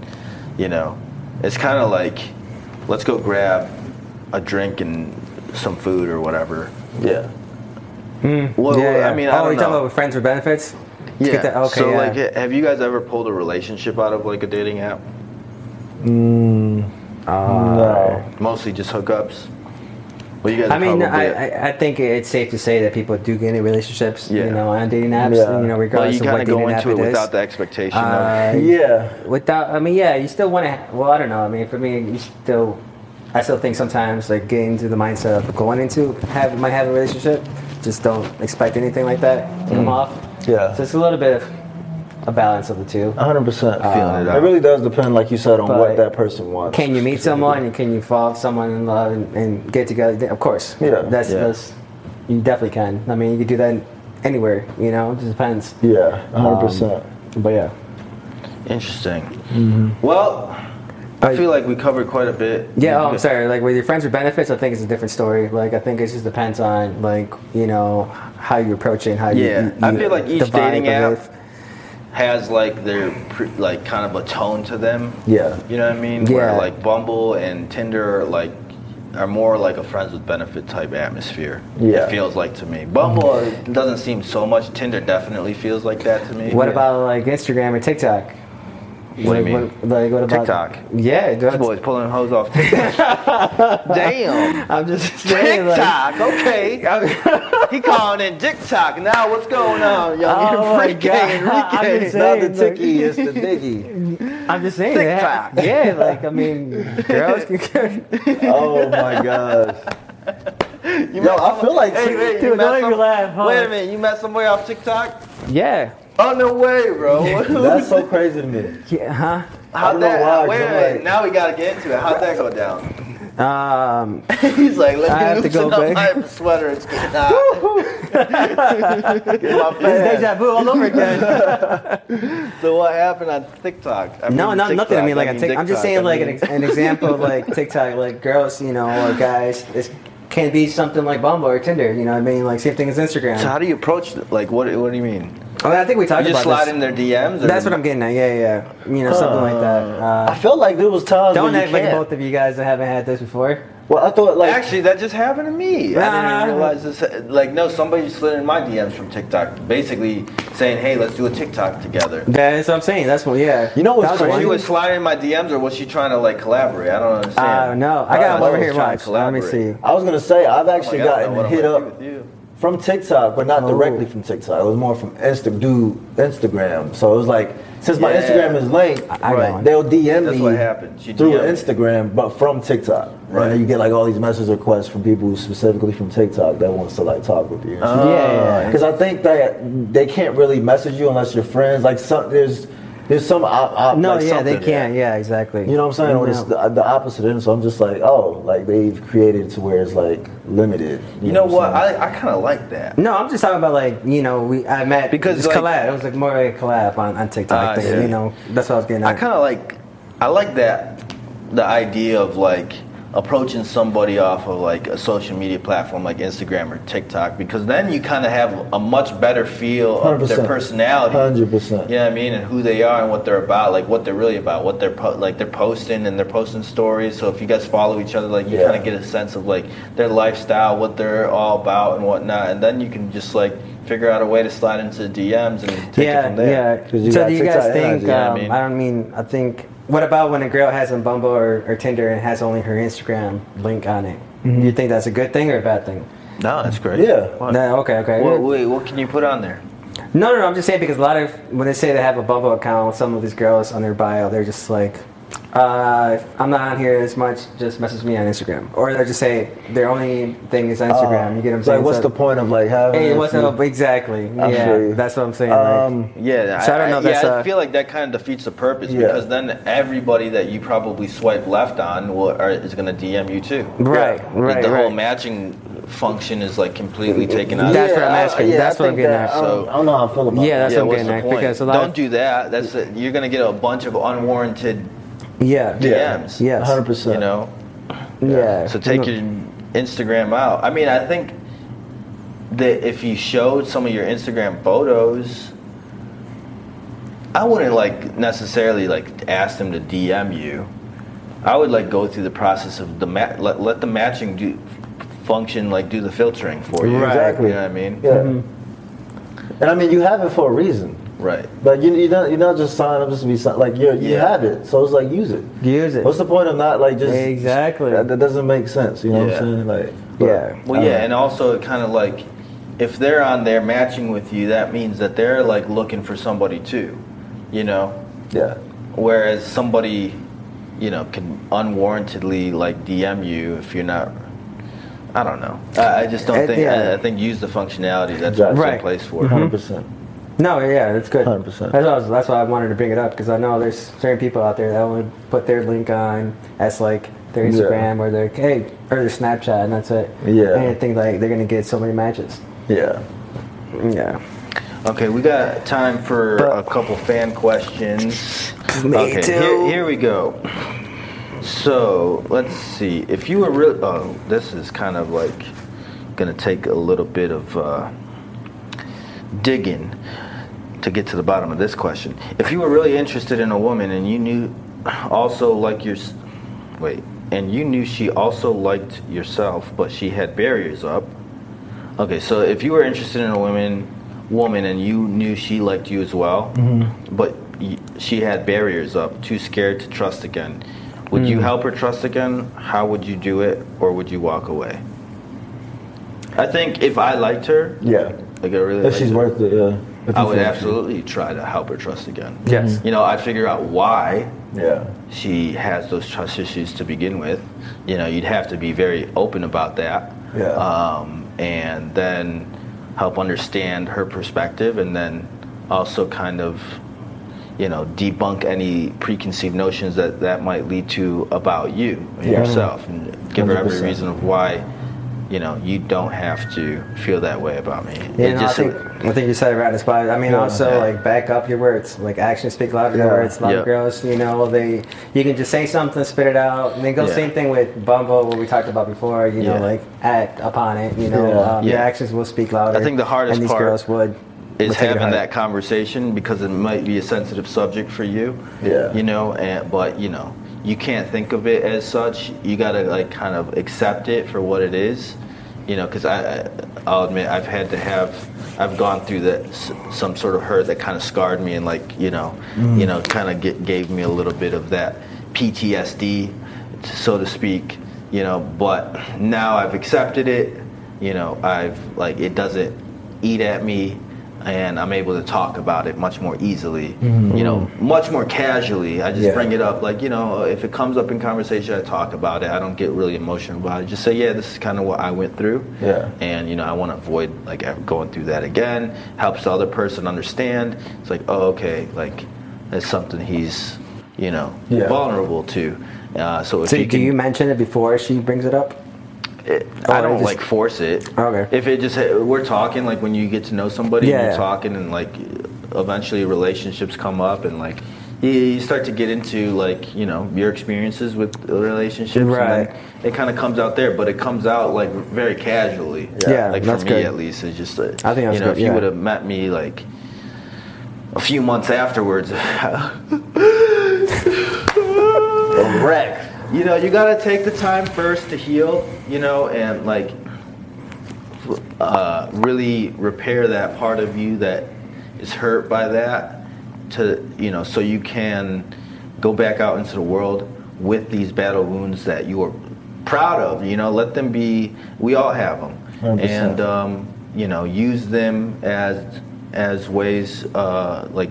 Speaker 1: you know, it's kind of like let's go grab a drink and some food or whatever.
Speaker 2: yeah
Speaker 1: Well,
Speaker 3: yeah, yeah.
Speaker 1: I mean,
Speaker 3: oh,
Speaker 1: I don't
Speaker 3: you're
Speaker 1: know.
Speaker 3: talking about friends with benefits. Let's
Speaker 1: Yeah.
Speaker 3: get that- okay.
Speaker 1: so,
Speaker 3: yeah.
Speaker 1: like, ha- have you guys ever pulled a relationship out of like a dating app?
Speaker 3: Uh,
Speaker 2: no
Speaker 1: Mostly just hookups. Well, you guys.
Speaker 3: I
Speaker 1: are
Speaker 3: mean,
Speaker 1: probably-
Speaker 3: I, I, I think it's safe to say that people do get into relationships,
Speaker 1: Yeah.
Speaker 3: you know, on dating apps,
Speaker 2: Yeah.
Speaker 3: you know,
Speaker 1: well, you
Speaker 3: regardless
Speaker 1: kind of
Speaker 3: of what
Speaker 1: go
Speaker 3: dating app
Speaker 1: into
Speaker 3: it
Speaker 1: it
Speaker 3: is.
Speaker 1: without the expectation
Speaker 3: Uh,
Speaker 1: of.
Speaker 2: yeah
Speaker 3: Without, I mean, yeah, you still want to. Well, I don't know. I mean, for me, you still, I still think sometimes like getting into the mindset of going into have might have a relationship. Just don't expect anything like that. Take them off.
Speaker 2: Mm. Yeah.
Speaker 3: So it's a little bit of a balance of the two.
Speaker 2: 100%
Speaker 1: Feeling it
Speaker 2: Um, it,
Speaker 1: out.
Speaker 2: really does depend like you said on
Speaker 3: But
Speaker 2: what that person wants
Speaker 3: Can you meet someone and can you fall someone in love and, and get together? Of course.
Speaker 2: Yeah.
Speaker 3: That's,
Speaker 1: Yeah.
Speaker 3: that's you definitely can. I mean, you can do that anywhere. You know, it just depends.
Speaker 2: yeah 100%
Speaker 1: Um,
Speaker 3: But yeah.
Speaker 1: Interesting. Well, I feel like we covered quite a bit.
Speaker 3: mm-hmm. Yeah, oh, I'm sorry. Like with your friends with benefits, I think it's a different story. Like I think it just depends on like you know how you approach it, and how you.
Speaker 1: Yeah,
Speaker 3: you-
Speaker 1: I
Speaker 3: you-
Speaker 1: feel like
Speaker 3: the
Speaker 1: each
Speaker 3: vibe
Speaker 1: dating
Speaker 3: of
Speaker 1: app
Speaker 3: it.
Speaker 1: has like their pre- like kind of a tone to them.
Speaker 2: Yeah.
Speaker 1: you know what I mean. Where
Speaker 3: Yeah.
Speaker 1: like Bumble and Tinder are like are more like a friends with benefit type atmosphere.
Speaker 2: Yeah.
Speaker 1: it feels like to me. Bumble doesn't seem so much. Tinder definitely feels like that to me.
Speaker 3: What about like Instagram or TikTok?
Speaker 1: What do you
Speaker 3: like,
Speaker 1: mean?
Speaker 3: What, like what about
Speaker 1: TikTok.
Speaker 3: Yeah, that's,
Speaker 1: This boy's pulling hoes off. TikTok. Damn.
Speaker 3: I'm just saying. like-
Speaker 1: TikTok, okay. He calling in TikTok. Now what's going on, young
Speaker 3: Oh my
Speaker 1: Enrique?
Speaker 3: God. I'm
Speaker 1: Enrique.
Speaker 3: just
Speaker 2: Not the
Speaker 3: saying, like-
Speaker 2: ticky, it's the diggy.
Speaker 3: I'm just saying. that-
Speaker 1: TikTok.
Speaker 3: Yeah, like I mean, girls can.
Speaker 2: Oh my gosh. Yo, I feel like
Speaker 1: Hey, wait, you
Speaker 3: Dude,
Speaker 1: met
Speaker 3: don't even
Speaker 1: some-
Speaker 3: laugh, huh?
Speaker 1: Wait a minute, you met somebody off TikTok?
Speaker 3: yeah.
Speaker 1: Oh no way, bro.
Speaker 2: that's so crazy to me.
Speaker 3: Yeah. Huh.
Speaker 2: I
Speaker 1: How'd
Speaker 2: don't know
Speaker 1: that?
Speaker 2: why,
Speaker 1: wait a
Speaker 2: but I'm
Speaker 1: minute.
Speaker 2: like-
Speaker 1: now we gotta get into it. How'd that go down?
Speaker 3: Um,
Speaker 1: He's like, let me
Speaker 3: I have to
Speaker 1: loosen
Speaker 3: go
Speaker 1: up
Speaker 3: back.
Speaker 1: my sweater. It's getting hot. Get my
Speaker 3: it's
Speaker 1: pants.
Speaker 3: deja vu all over again.
Speaker 1: So what happened on TikTok? I
Speaker 3: no,
Speaker 1: mean,
Speaker 3: not nothing. I
Speaker 1: TikTok,
Speaker 3: mean, like I am just
Speaker 1: TikTok,
Speaker 3: saying,
Speaker 1: I
Speaker 3: like an,
Speaker 1: mean-
Speaker 3: ex- an example of like TikTok, like girls, you know, or guys, it can be something like Bumble or Tinder. You know, what I mean, like same thing as Instagram. Oh,
Speaker 1: So how do you approach? th- Like, what? What do you mean?
Speaker 3: I, mean, I think we
Speaker 1: You
Speaker 3: talked
Speaker 1: just
Speaker 3: about
Speaker 1: slide
Speaker 3: this.
Speaker 1: in their DMs.
Speaker 3: That's what I'm getting at. Yeah, yeah. You know, something like that.
Speaker 2: I
Speaker 3: Uh,
Speaker 2: felt like there was times
Speaker 3: don't
Speaker 2: when you
Speaker 3: act like
Speaker 2: can't.
Speaker 3: both of you guys that haven't had this before.
Speaker 2: Well, I thought like
Speaker 1: Actually, that just happened to me. I didn't
Speaker 3: Nah.
Speaker 1: even realize this. Like, no, somebody slid in my DMs from TikTok, basically saying, "Hey, let's do a TikTok together."
Speaker 3: That's what I'm saying. That's one. Yeah.
Speaker 2: You know what's
Speaker 3: That was
Speaker 2: crazy?
Speaker 3: one.
Speaker 1: She was sliding in my DMs, or was she trying to like collaborate? I don't understand.
Speaker 3: Uh, no, I
Speaker 1: thought
Speaker 3: got one over
Speaker 1: was
Speaker 3: here.
Speaker 1: trying
Speaker 3: Watch.
Speaker 1: to
Speaker 3: Let me see.
Speaker 1: collaborate.
Speaker 2: I was gonna say I've
Speaker 1: Oh my
Speaker 2: actually
Speaker 1: God, I don't know
Speaker 2: gotten
Speaker 1: what I'm
Speaker 2: hit
Speaker 1: gonna
Speaker 2: up
Speaker 1: do with you.
Speaker 2: from TikTok, but not directly
Speaker 1: Oh.
Speaker 2: from TikTok. It was more from Insta dude Instagram. So it was like since my
Speaker 1: Yeah.
Speaker 2: Instagram is linked,
Speaker 3: I
Speaker 1: Right.
Speaker 3: know.
Speaker 2: they'll DM
Speaker 1: That's
Speaker 2: me
Speaker 1: what happened. She
Speaker 2: through
Speaker 1: DM'd me.
Speaker 2: Instagram, but from TikTok. Right.
Speaker 1: Right.
Speaker 2: And you get like all these message requests from people specifically from TikTok that wants to like talk with you. and shit.
Speaker 1: Oh.
Speaker 3: Yeah, yeah, yeah.
Speaker 2: Because I think that they can't really message you unless you're friends. Like some there's there's some op, op,
Speaker 3: No,
Speaker 2: like
Speaker 3: yeah, they
Speaker 2: something.
Speaker 3: can't. Yeah, exactly.
Speaker 2: You know what I'm saying? Or it's
Speaker 3: No.
Speaker 2: the, the opposite end. So I'm just like, oh, like they've created to where it's like limited.
Speaker 1: You know what?
Speaker 2: I'm saying?
Speaker 1: I, I kind of like that.
Speaker 3: No, I'm just talking about like you know we I met
Speaker 1: Because,
Speaker 3: it's
Speaker 1: like-
Speaker 3: collab. It was like more like a collab on, on TikTok
Speaker 1: Ah,
Speaker 3: thing.
Speaker 1: yeah.
Speaker 3: You know, that's what I was getting.
Speaker 1: I
Speaker 3: At.
Speaker 1: kind of like, I like that, the idea of like approaching somebody off of like a social media platform like Instagram or TikTok because then you kind of have a much better feel of their
Speaker 2: 100%.
Speaker 1: personality.
Speaker 2: 100%.
Speaker 1: You know what I mean? And who they are and what they're about, like what they're really about, what they're po- like they're posting and they're posting stories. So if you guys follow each other, like you
Speaker 2: Yeah.
Speaker 1: kind of get a sense of like their lifestyle, what they're all about and whatnot. And then you can just like figure out a way to slide into the DMs and take it
Speaker 3: yeah,
Speaker 1: from there.
Speaker 3: yeah.
Speaker 2: 'Cause you
Speaker 3: so
Speaker 2: got
Speaker 3: do you
Speaker 2: TikTok
Speaker 3: guys
Speaker 2: and
Speaker 3: think?
Speaker 2: IG,
Speaker 1: I
Speaker 3: um,
Speaker 1: mean.
Speaker 3: I don't mean. I think. What about when a girl has on Bumble or, or Tinder and has only her Instagram link on it?
Speaker 2: Mm-hmm.
Speaker 3: You think that's a good thing or a bad thing?
Speaker 1: No, that's great.
Speaker 2: Yeah.
Speaker 1: Why-
Speaker 3: No, okay, okay.
Speaker 1: What, wait, what can you put on there?
Speaker 3: No, no, no. I'm just saying because a lot of when they say they have a Bumble account, some of these girls on their bio, they're just like, uh, "I'm not on here as much. Just message me on Instagram." Or they will just say their only thing is Instagram. you get what I'm
Speaker 2: It's
Speaker 3: saying?
Speaker 2: Like, Ah, what's
Speaker 3: So-
Speaker 2: the point of like having?
Speaker 3: Hey,
Speaker 2: it
Speaker 3: what's
Speaker 2: if you-
Speaker 3: up? Exactly.
Speaker 2: I
Speaker 3: yeah,
Speaker 2: feel you.
Speaker 3: that's what I'm saying.
Speaker 2: Um,
Speaker 3: like,
Speaker 1: Yeah,
Speaker 3: So I don't know if
Speaker 1: Yeah,
Speaker 3: that's,
Speaker 1: I
Speaker 3: uh,
Speaker 1: feel like that kind of defeats the purpose
Speaker 2: Yeah.
Speaker 1: because then everybody that you probably swipe left on will, are, is going to DM you too.
Speaker 3: Right,
Speaker 1: The-
Speaker 3: right,
Speaker 1: The whole
Speaker 3: right.
Speaker 1: matching function is like completely taken out.
Speaker 3: That's
Speaker 1: yeah.
Speaker 3: what I'm
Speaker 2: I-
Speaker 3: asking. That's
Speaker 2: I
Speaker 3: what I'm
Speaker 2: think
Speaker 3: getting
Speaker 2: that-
Speaker 3: at.
Speaker 2: I don't, I don't know how I feel about.
Speaker 3: Yeah,
Speaker 2: that.
Speaker 3: that's what I'm
Speaker 1: what's
Speaker 3: getting
Speaker 1: the
Speaker 3: at,
Speaker 1: point?
Speaker 3: because a lot
Speaker 1: Don't
Speaker 3: of-
Speaker 1: do that. That's it. you're going to get a bunch of unwarranted
Speaker 3: yeah,
Speaker 2: Yeah.
Speaker 1: DMs.
Speaker 3: yes,
Speaker 2: 100%.
Speaker 1: You know.
Speaker 3: yeah.
Speaker 1: So take
Speaker 3: No.
Speaker 1: your Instagram out. I mean, I think that if you showed some of your Instagram photos, I wouldn't like necessarily like ask them to DM you. I would like go through the process of the ma- let, let the matching do function like do the filtering for you.
Speaker 3: Right.
Speaker 2: Exactly.
Speaker 1: You know what I mean?
Speaker 2: Yeah. Mm-hmm. And I mean, you have it for a reason.
Speaker 1: Right.
Speaker 2: But you, you're not you're not just signing up just to be sign, like you you
Speaker 1: Yeah.
Speaker 2: have it. So it's like use it.
Speaker 3: Use it.
Speaker 2: What's the point of not like just
Speaker 3: Exactly.
Speaker 2: That, that doesn't make sense. You know
Speaker 1: Yeah.
Speaker 2: what I'm saying? Like
Speaker 3: Yeah.
Speaker 1: Well,
Speaker 2: Uh-huh.
Speaker 1: yeah, and also it kind of like if they're on there matching with you, that means that they're like looking for somebody too. You know?
Speaker 2: yeah.
Speaker 1: Whereas somebody, you know, can unwarrantedly like DM you if you're not. I don't know. I, I just don't
Speaker 3: Uh,
Speaker 1: think.
Speaker 3: yeah.
Speaker 1: I, I think use the functionality. That's what it's
Speaker 3: Right. Mm-hmm.
Speaker 1: in place for.
Speaker 2: Hundred percent.
Speaker 3: No, yeah, that's good.
Speaker 2: 100%.
Speaker 3: That's why, I was, that's why I wanted to bring it up because I know there's certain people out there that would put their link on as like their
Speaker 2: Yeah.
Speaker 3: Instagram or their hey or their Snapchat and that's it.
Speaker 2: Yeah.
Speaker 3: and I think like they're gonna get so many matches.
Speaker 2: Yeah.
Speaker 3: Yeah,
Speaker 1: Okay, we got time for a couple fan questions. okay, here- here we go. So let's see. If you were real, oh, this is kind of like gonna take a little bit of uh, digging to get to the bottom of this question. If you were really interested in a woman and you knew also like your s- wait, and you knew she also liked yourself, but she had barriers up. Okay, so if you were interested in a woman, woman, and you knew she liked you as well,
Speaker 2: Mm-hmm.
Speaker 1: but y- she had barriers up, too scared to trust again. Would
Speaker 2: Mm.
Speaker 1: you help her trust again? How would you do it, or would you walk away? I think if I liked her,
Speaker 2: Yeah.
Speaker 1: like I really,
Speaker 2: If
Speaker 1: liked
Speaker 2: she's
Speaker 1: her,
Speaker 2: worth it, yeah. If
Speaker 1: I
Speaker 2: you
Speaker 1: would
Speaker 2: feel-
Speaker 1: absolutely try to help her trust again.
Speaker 4: Yes.
Speaker 1: You know, I figure out why
Speaker 2: Yeah.
Speaker 1: she has those trust issues to begin with. You know, you'd have to be very open about that.
Speaker 2: Yeah.
Speaker 1: Um, and then help understand her perspective and then also kind of, you know, debunk any preconceived notions that that might lead to about you and
Speaker 2: Yeah.
Speaker 1: yourself and give her every
Speaker 2: 100%.
Speaker 1: reason of why, you know, you don't have to feel that way about me.
Speaker 4: Yeah,
Speaker 1: It
Speaker 4: no,
Speaker 1: just-
Speaker 4: I think I think you said it right on the spot. I mean,
Speaker 2: Yeah.
Speaker 4: also
Speaker 1: Yeah.
Speaker 4: like back up your words. Like actions speak louder than
Speaker 2: Yeah.
Speaker 4: words. A lot
Speaker 1: Yeah.
Speaker 4: of girls, you know, they you can just say something, spit it out, and then go.
Speaker 1: Yeah.
Speaker 4: Same thing with Bumble, what we talked about before. You know,
Speaker 1: Yeah.
Speaker 4: like act upon it. You know,
Speaker 2: Yeah.
Speaker 4: um, your
Speaker 1: Yeah.
Speaker 4: actions will speak louder.
Speaker 1: I think the hardest
Speaker 4: and these
Speaker 1: part
Speaker 4: girls would would
Speaker 1: is
Speaker 4: take it
Speaker 1: having
Speaker 4: hard.
Speaker 1: that conversation because it might be a sensitive subject for you.
Speaker 2: Yeah.
Speaker 1: You know, and but you know, you can't think of it as such. You gotta like kind of accept it for what it is. You know, because I, I- I'll admit I've had to have, I've gone through that s- some sort of hurt that kind of scarred me and like you know, you know, kind of get, gave me a little bit of that PTSD, so to speak. You know, but now I've accepted it. You know, I've like it doesn't eat at me and I'm able to talk about it much more easily, you know, much more casually. I just
Speaker 2: Mm-hmm. Yeah.
Speaker 1: bring it up, like, you know, if it comes up in conversation, I talk about it. I don't get really emotional about it. Just say, yeah, this is kind of what I went through.
Speaker 2: Yeah.
Speaker 1: And, you know, I want to avoid like ever going through that again. Helps the other person understand. It's like, oh, okay, like, that's something he's, you know,
Speaker 2: Yeah.
Speaker 1: vulnerable to. Uh, so if
Speaker 4: So
Speaker 1: you
Speaker 4: do
Speaker 1: can,
Speaker 4: you mention it before she brings it up?
Speaker 1: I
Speaker 4: Or
Speaker 1: don't
Speaker 4: Oh, just-
Speaker 1: like force it.
Speaker 4: Okay.
Speaker 1: If it just we're talking like when you get to know somebody,
Speaker 4: Yeah,
Speaker 1: and
Speaker 4: yeah.
Speaker 1: you're talking and like eventually relationships come up and like you- you start to get into like you know your experiences with relationships. And
Speaker 4: Right.
Speaker 1: then it kind of comes out there, but it comes out like very casually.
Speaker 4: Yeah,
Speaker 1: Like
Speaker 4: that's
Speaker 1: for me
Speaker 4: good.
Speaker 1: at least, it's just. uh,
Speaker 4: I think that's
Speaker 1: you know
Speaker 4: good,
Speaker 1: if you
Speaker 4: yeah.
Speaker 1: would have met me like a few months afterwards. wreck. You know, you gotta take the time first to heal, you know, and like uh, really repair that part of you that is hurt by that to you know so you can go back out into the world with these battle wounds that you are proud of you know let them be we all have them
Speaker 2: 100%.
Speaker 1: and um, you know use them as as ways uh, like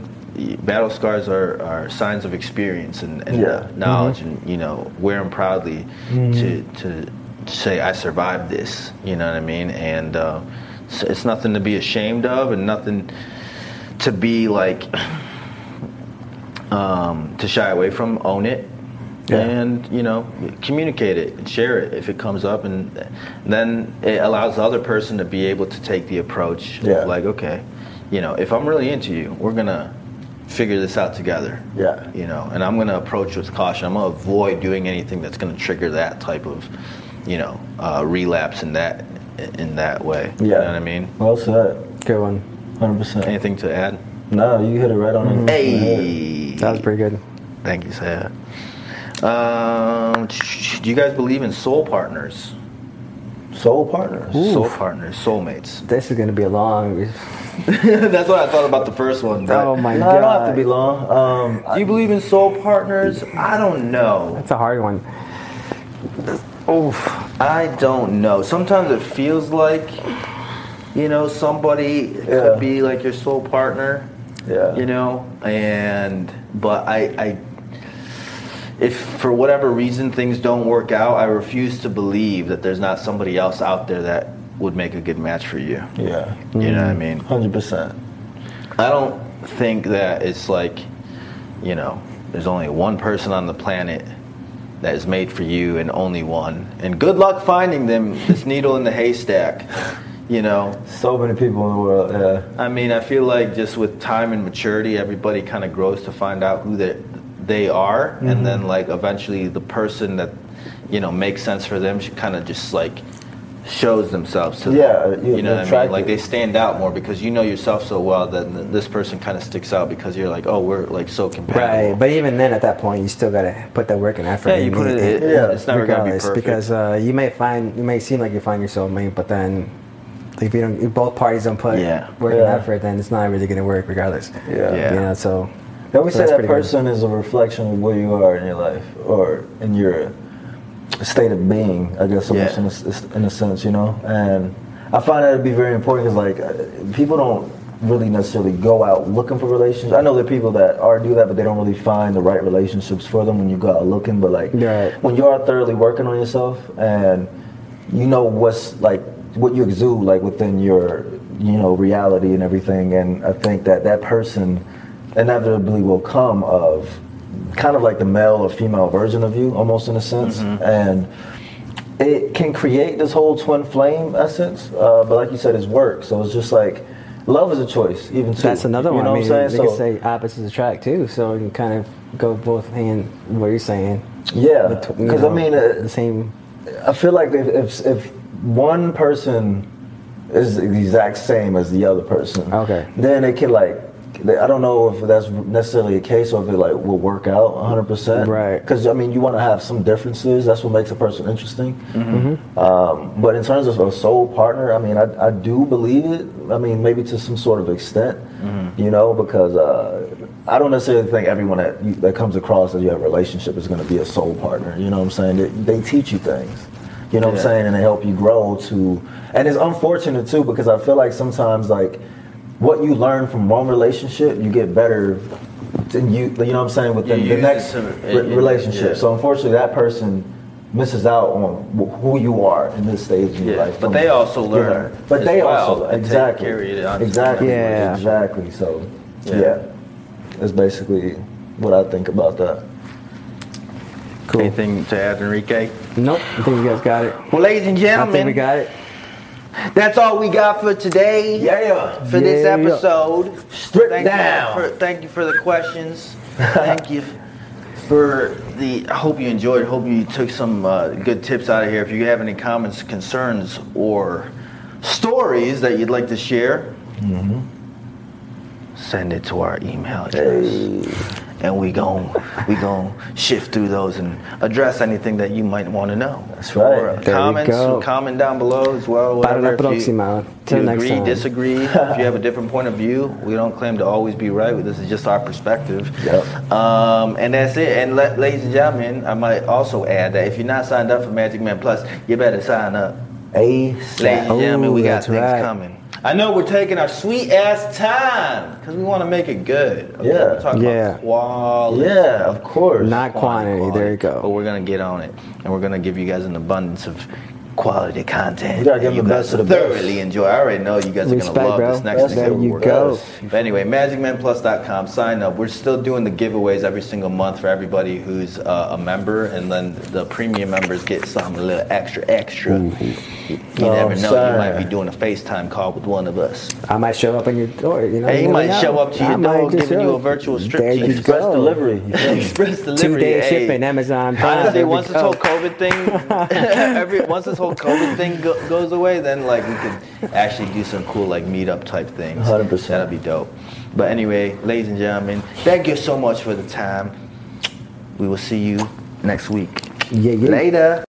Speaker 1: battle scars are, are signs of experience and, and
Speaker 2: Yeah.
Speaker 1: uh, knowledge and you know wear them proudly to to say I survived this. You know what I mean? And uh, it's, it's nothing to be ashamed of, and nothing to be like um, to shy away from. Own it.
Speaker 2: Yeah.
Speaker 1: And you know, communicate it, and share it if it comes up, and then it allows the other person to be able to take the approach.
Speaker 2: Yeah.
Speaker 1: Like, okay, you know, if I'm really into you, we're gonna figure this out together
Speaker 2: Yeah.
Speaker 1: you know and i'm going to approach with caution i'm going to avoid doing anything that's going to trigger that type of you know uh, relapse in that in that way you know what i mean
Speaker 2: Well said.
Speaker 4: Good one.
Speaker 2: 100%.
Speaker 1: anything to add
Speaker 2: No, you hit it right on
Speaker 3: Mm-hmm.
Speaker 2: the on
Speaker 1: hey
Speaker 4: That was pretty good.
Speaker 1: thank you sad um, do you guys believe in soul partners
Speaker 2: the head. Soul partners.
Speaker 1: soul partners soulmates
Speaker 4: This is gonna be a long.
Speaker 1: that's what i thought about the first one but-
Speaker 4: Oh my
Speaker 2: No,
Speaker 4: god.
Speaker 2: it don't have to be long. Um,
Speaker 1: do you believe in soul partners i don't know
Speaker 4: That's a hard one. Oof.
Speaker 1: I don't know. Sometimes it feels like, you know, somebody
Speaker 2: Yeah.
Speaker 1: could be like your soul partner.
Speaker 2: Yeah.
Speaker 1: You know, and but I, I, if for whatever reason things don't work out, I refuse to believe that there's not somebody else out there that would make a good match for you.
Speaker 2: yeah.
Speaker 1: You know what I
Speaker 2: Mm.
Speaker 1: mean?
Speaker 2: 100%.
Speaker 1: I don't think that it's like, you know, there's only one person on the planet that is made for you and only one. And good luck finding them, this needle in the haystack. You know,
Speaker 2: So many people in the world, yeah.
Speaker 1: I mean, I feel like just with time and maturity, everybody kind of grows to find out who their they are, and then like eventually the person that you know makes sense for them should kind of just like shows themselves to
Speaker 2: Yeah,
Speaker 1: them.
Speaker 2: you-
Speaker 1: you know what I mean?
Speaker 2: attractive.
Speaker 1: Like they stand out more because you know yourself so well that th- this person kind of sticks out because you're like, oh, we're like so compatible.
Speaker 4: Right, but even then, at that point, you still gotta put that work and effort.
Speaker 1: Yeah,
Speaker 4: in.
Speaker 1: you put it. it
Speaker 2: Yeah,
Speaker 1: it's never gonna be
Speaker 4: regardless,
Speaker 1: perfect.
Speaker 4: because uh, you may find you may seem like you find your soulmate, but then if you don't, if both parties don't put
Speaker 1: Yeah.
Speaker 4: work
Speaker 2: Yeah.
Speaker 4: and effort, then it's not really gonna work, regardless.
Speaker 2: Yeah.
Speaker 1: Yeah.
Speaker 4: You know, so
Speaker 2: They always
Speaker 4: so
Speaker 2: say
Speaker 4: that's
Speaker 2: that
Speaker 4: pretty good.
Speaker 2: person is a reflection of where you are in your life or in your state of being, I guess,
Speaker 1: Yeah.
Speaker 2: almost in, a, s- in a sense, you know? And I find that to be very important because, like, uh, people don't really necessarily go out looking for relationships. I know there are people that are do that, but they don't really find the right relationships for them when you go out looking. But, like,
Speaker 4: Right.
Speaker 2: when you are thoroughly working on yourself and you know what's like what you exude like within your you know reality and everything and i think that that person inevitably will come of kind of like the male or female version of you almost in a sense and it can create this whole twin flame essence uh, but like you said it's work so it's just like love is a choice even too
Speaker 4: That's another
Speaker 2: you
Speaker 4: one.
Speaker 2: know
Speaker 4: I
Speaker 2: what
Speaker 4: mean,
Speaker 2: i'm saying
Speaker 4: they
Speaker 2: so,
Speaker 4: could say opposites attract too, so you can kind of go both hand what you're saying.
Speaker 2: yeah
Speaker 4: Betw- you
Speaker 2: because i
Speaker 4: know,
Speaker 2: mean uh,
Speaker 4: the same.
Speaker 2: I feel like if, if if one person is the exact same as the other person,
Speaker 4: Okay.
Speaker 2: then it can like I don't know if that's necessarily a case or if it like will work out 100 percent,
Speaker 4: Right.
Speaker 2: Because I mean, you want to have some differences. That's what makes a person interesting. Um, but in terms of a soul partner, I mean, I, I do believe it. I mean, maybe to some sort of extent, you know, because uh, I don't necessarily think everyone that you, that comes across that you have a relationship is going to be a soul partner. You know what I'm saying? They, they teach you things. You know what
Speaker 1: Yeah.
Speaker 2: I'm saying? And they help you grow to. And it's unfortunate too because I feel like sometimes like what you learn from one relationship, you get better. than you, you know what I'm saying? Within
Speaker 1: You
Speaker 2: the
Speaker 1: use
Speaker 2: next
Speaker 1: it to-
Speaker 2: re-
Speaker 1: yeah.
Speaker 2: relationship. So unfortunately, that person misses out on wh- who you are in this stage in your
Speaker 1: Yeah,
Speaker 2: life.
Speaker 1: but they also
Speaker 2: Yeah.
Speaker 1: learn
Speaker 2: But
Speaker 1: as
Speaker 2: they
Speaker 1: well
Speaker 2: also learn.
Speaker 1: and take
Speaker 2: exactly
Speaker 1: carry it on to the
Speaker 2: exactly
Speaker 4: next Yeah.
Speaker 2: exactly. So
Speaker 1: Yeah.
Speaker 2: yeah. that's basically what I think about that.
Speaker 4: Cool.
Speaker 1: Anything to add, Enrique?
Speaker 4: Nope. I think you guys got it.
Speaker 1: Well, ladies and
Speaker 4: I think we
Speaker 1: gentlemen,
Speaker 4: got it.
Speaker 1: that's all we got for today.
Speaker 2: Yeah,
Speaker 1: for this
Speaker 4: Yeah.
Speaker 1: episode.
Speaker 2: Strip
Speaker 1: thank
Speaker 2: down.
Speaker 1: You for, thank you for the questions. thank you for the. I hope you enjoyed. Hope you took some uh, good tips out of here. If you have any comments, concerns, or stories that you'd like to share,
Speaker 2: Mm-hmm.
Speaker 1: send it to our email address. And we gon' we gon' shift through those and address anything that you might want to know. That's
Speaker 2: right.
Speaker 1: Or
Speaker 2: There
Speaker 4: we
Speaker 1: comments,
Speaker 4: go.
Speaker 1: comment down below as well.
Speaker 4: Para la
Speaker 1: whatever, if you-
Speaker 4: próxima.
Speaker 1: if you
Speaker 4: Till next
Speaker 1: agree,
Speaker 4: time.
Speaker 1: disagree disagree, if you have a different point of view, we don't claim to always be right. This is just our perspective.
Speaker 2: Yep.
Speaker 1: Um, and that's it. And la- ladies and gentlemen, I might also add that if you're not signed up for Magic Man Plus, you better sign up.
Speaker 2: A
Speaker 1: Ladies and gentlemen, we
Speaker 4: Oh, that's
Speaker 1: got things
Speaker 4: right.
Speaker 1: coming. I know we're taking our sweet ass time because we want to make it good. Okay?
Speaker 2: Yeah.
Speaker 1: We're talking
Speaker 4: Yeah.
Speaker 1: about quality.
Speaker 2: yeah, of course.
Speaker 4: Not quantity. There you
Speaker 1: But
Speaker 4: go.
Speaker 1: we're gonna get on it, and we're gonna give you guys an abundance of quality content.
Speaker 2: You gotta give
Speaker 1: And
Speaker 2: them the best
Speaker 1: guys
Speaker 2: of the best.
Speaker 1: thoroughly enjoy. I already know you guys are
Speaker 4: Respect,
Speaker 1: gonna love
Speaker 4: bro.
Speaker 1: this next
Speaker 4: That's
Speaker 1: thing.
Speaker 4: how
Speaker 1: that
Speaker 4: you
Speaker 1: we're
Speaker 4: go.
Speaker 1: doing. But anyway, magicmanplus.com. Sign up. We're still doing the giveaways every single month for everybody who's uh, a member, and then the premium members get something a little extra, extra. You, you
Speaker 2: Oh,
Speaker 1: never know.
Speaker 2: sir.
Speaker 1: You might be doing a FaceTime call with one of us.
Speaker 4: I might show up on your door. You know.
Speaker 1: Hey, he
Speaker 4: you
Speaker 1: might
Speaker 4: never
Speaker 1: show
Speaker 4: know.
Speaker 1: up to
Speaker 4: I
Speaker 1: your
Speaker 4: might
Speaker 1: door,
Speaker 4: just
Speaker 1: giving
Speaker 4: show
Speaker 1: you a
Speaker 4: up.
Speaker 1: virtual strip
Speaker 4: There you
Speaker 1: tease.
Speaker 2: Express
Speaker 4: go.
Speaker 2: delivery.
Speaker 1: Express delivery.
Speaker 4: Two day
Speaker 1: hey.
Speaker 4: shipping, Amazon. Prime,
Speaker 1: Honestly,
Speaker 4: there we
Speaker 1: once this
Speaker 4: go.
Speaker 1: whole COVID thing, every once this whole COVID thing go, goes away, then like we could actually do some cool like meetup type things.
Speaker 2: 100%.
Speaker 1: That'd be dope. But anyway, ladies and gentlemen, thank you so much for the time. We will see you next week.
Speaker 4: Yeah, yeah.
Speaker 1: Later.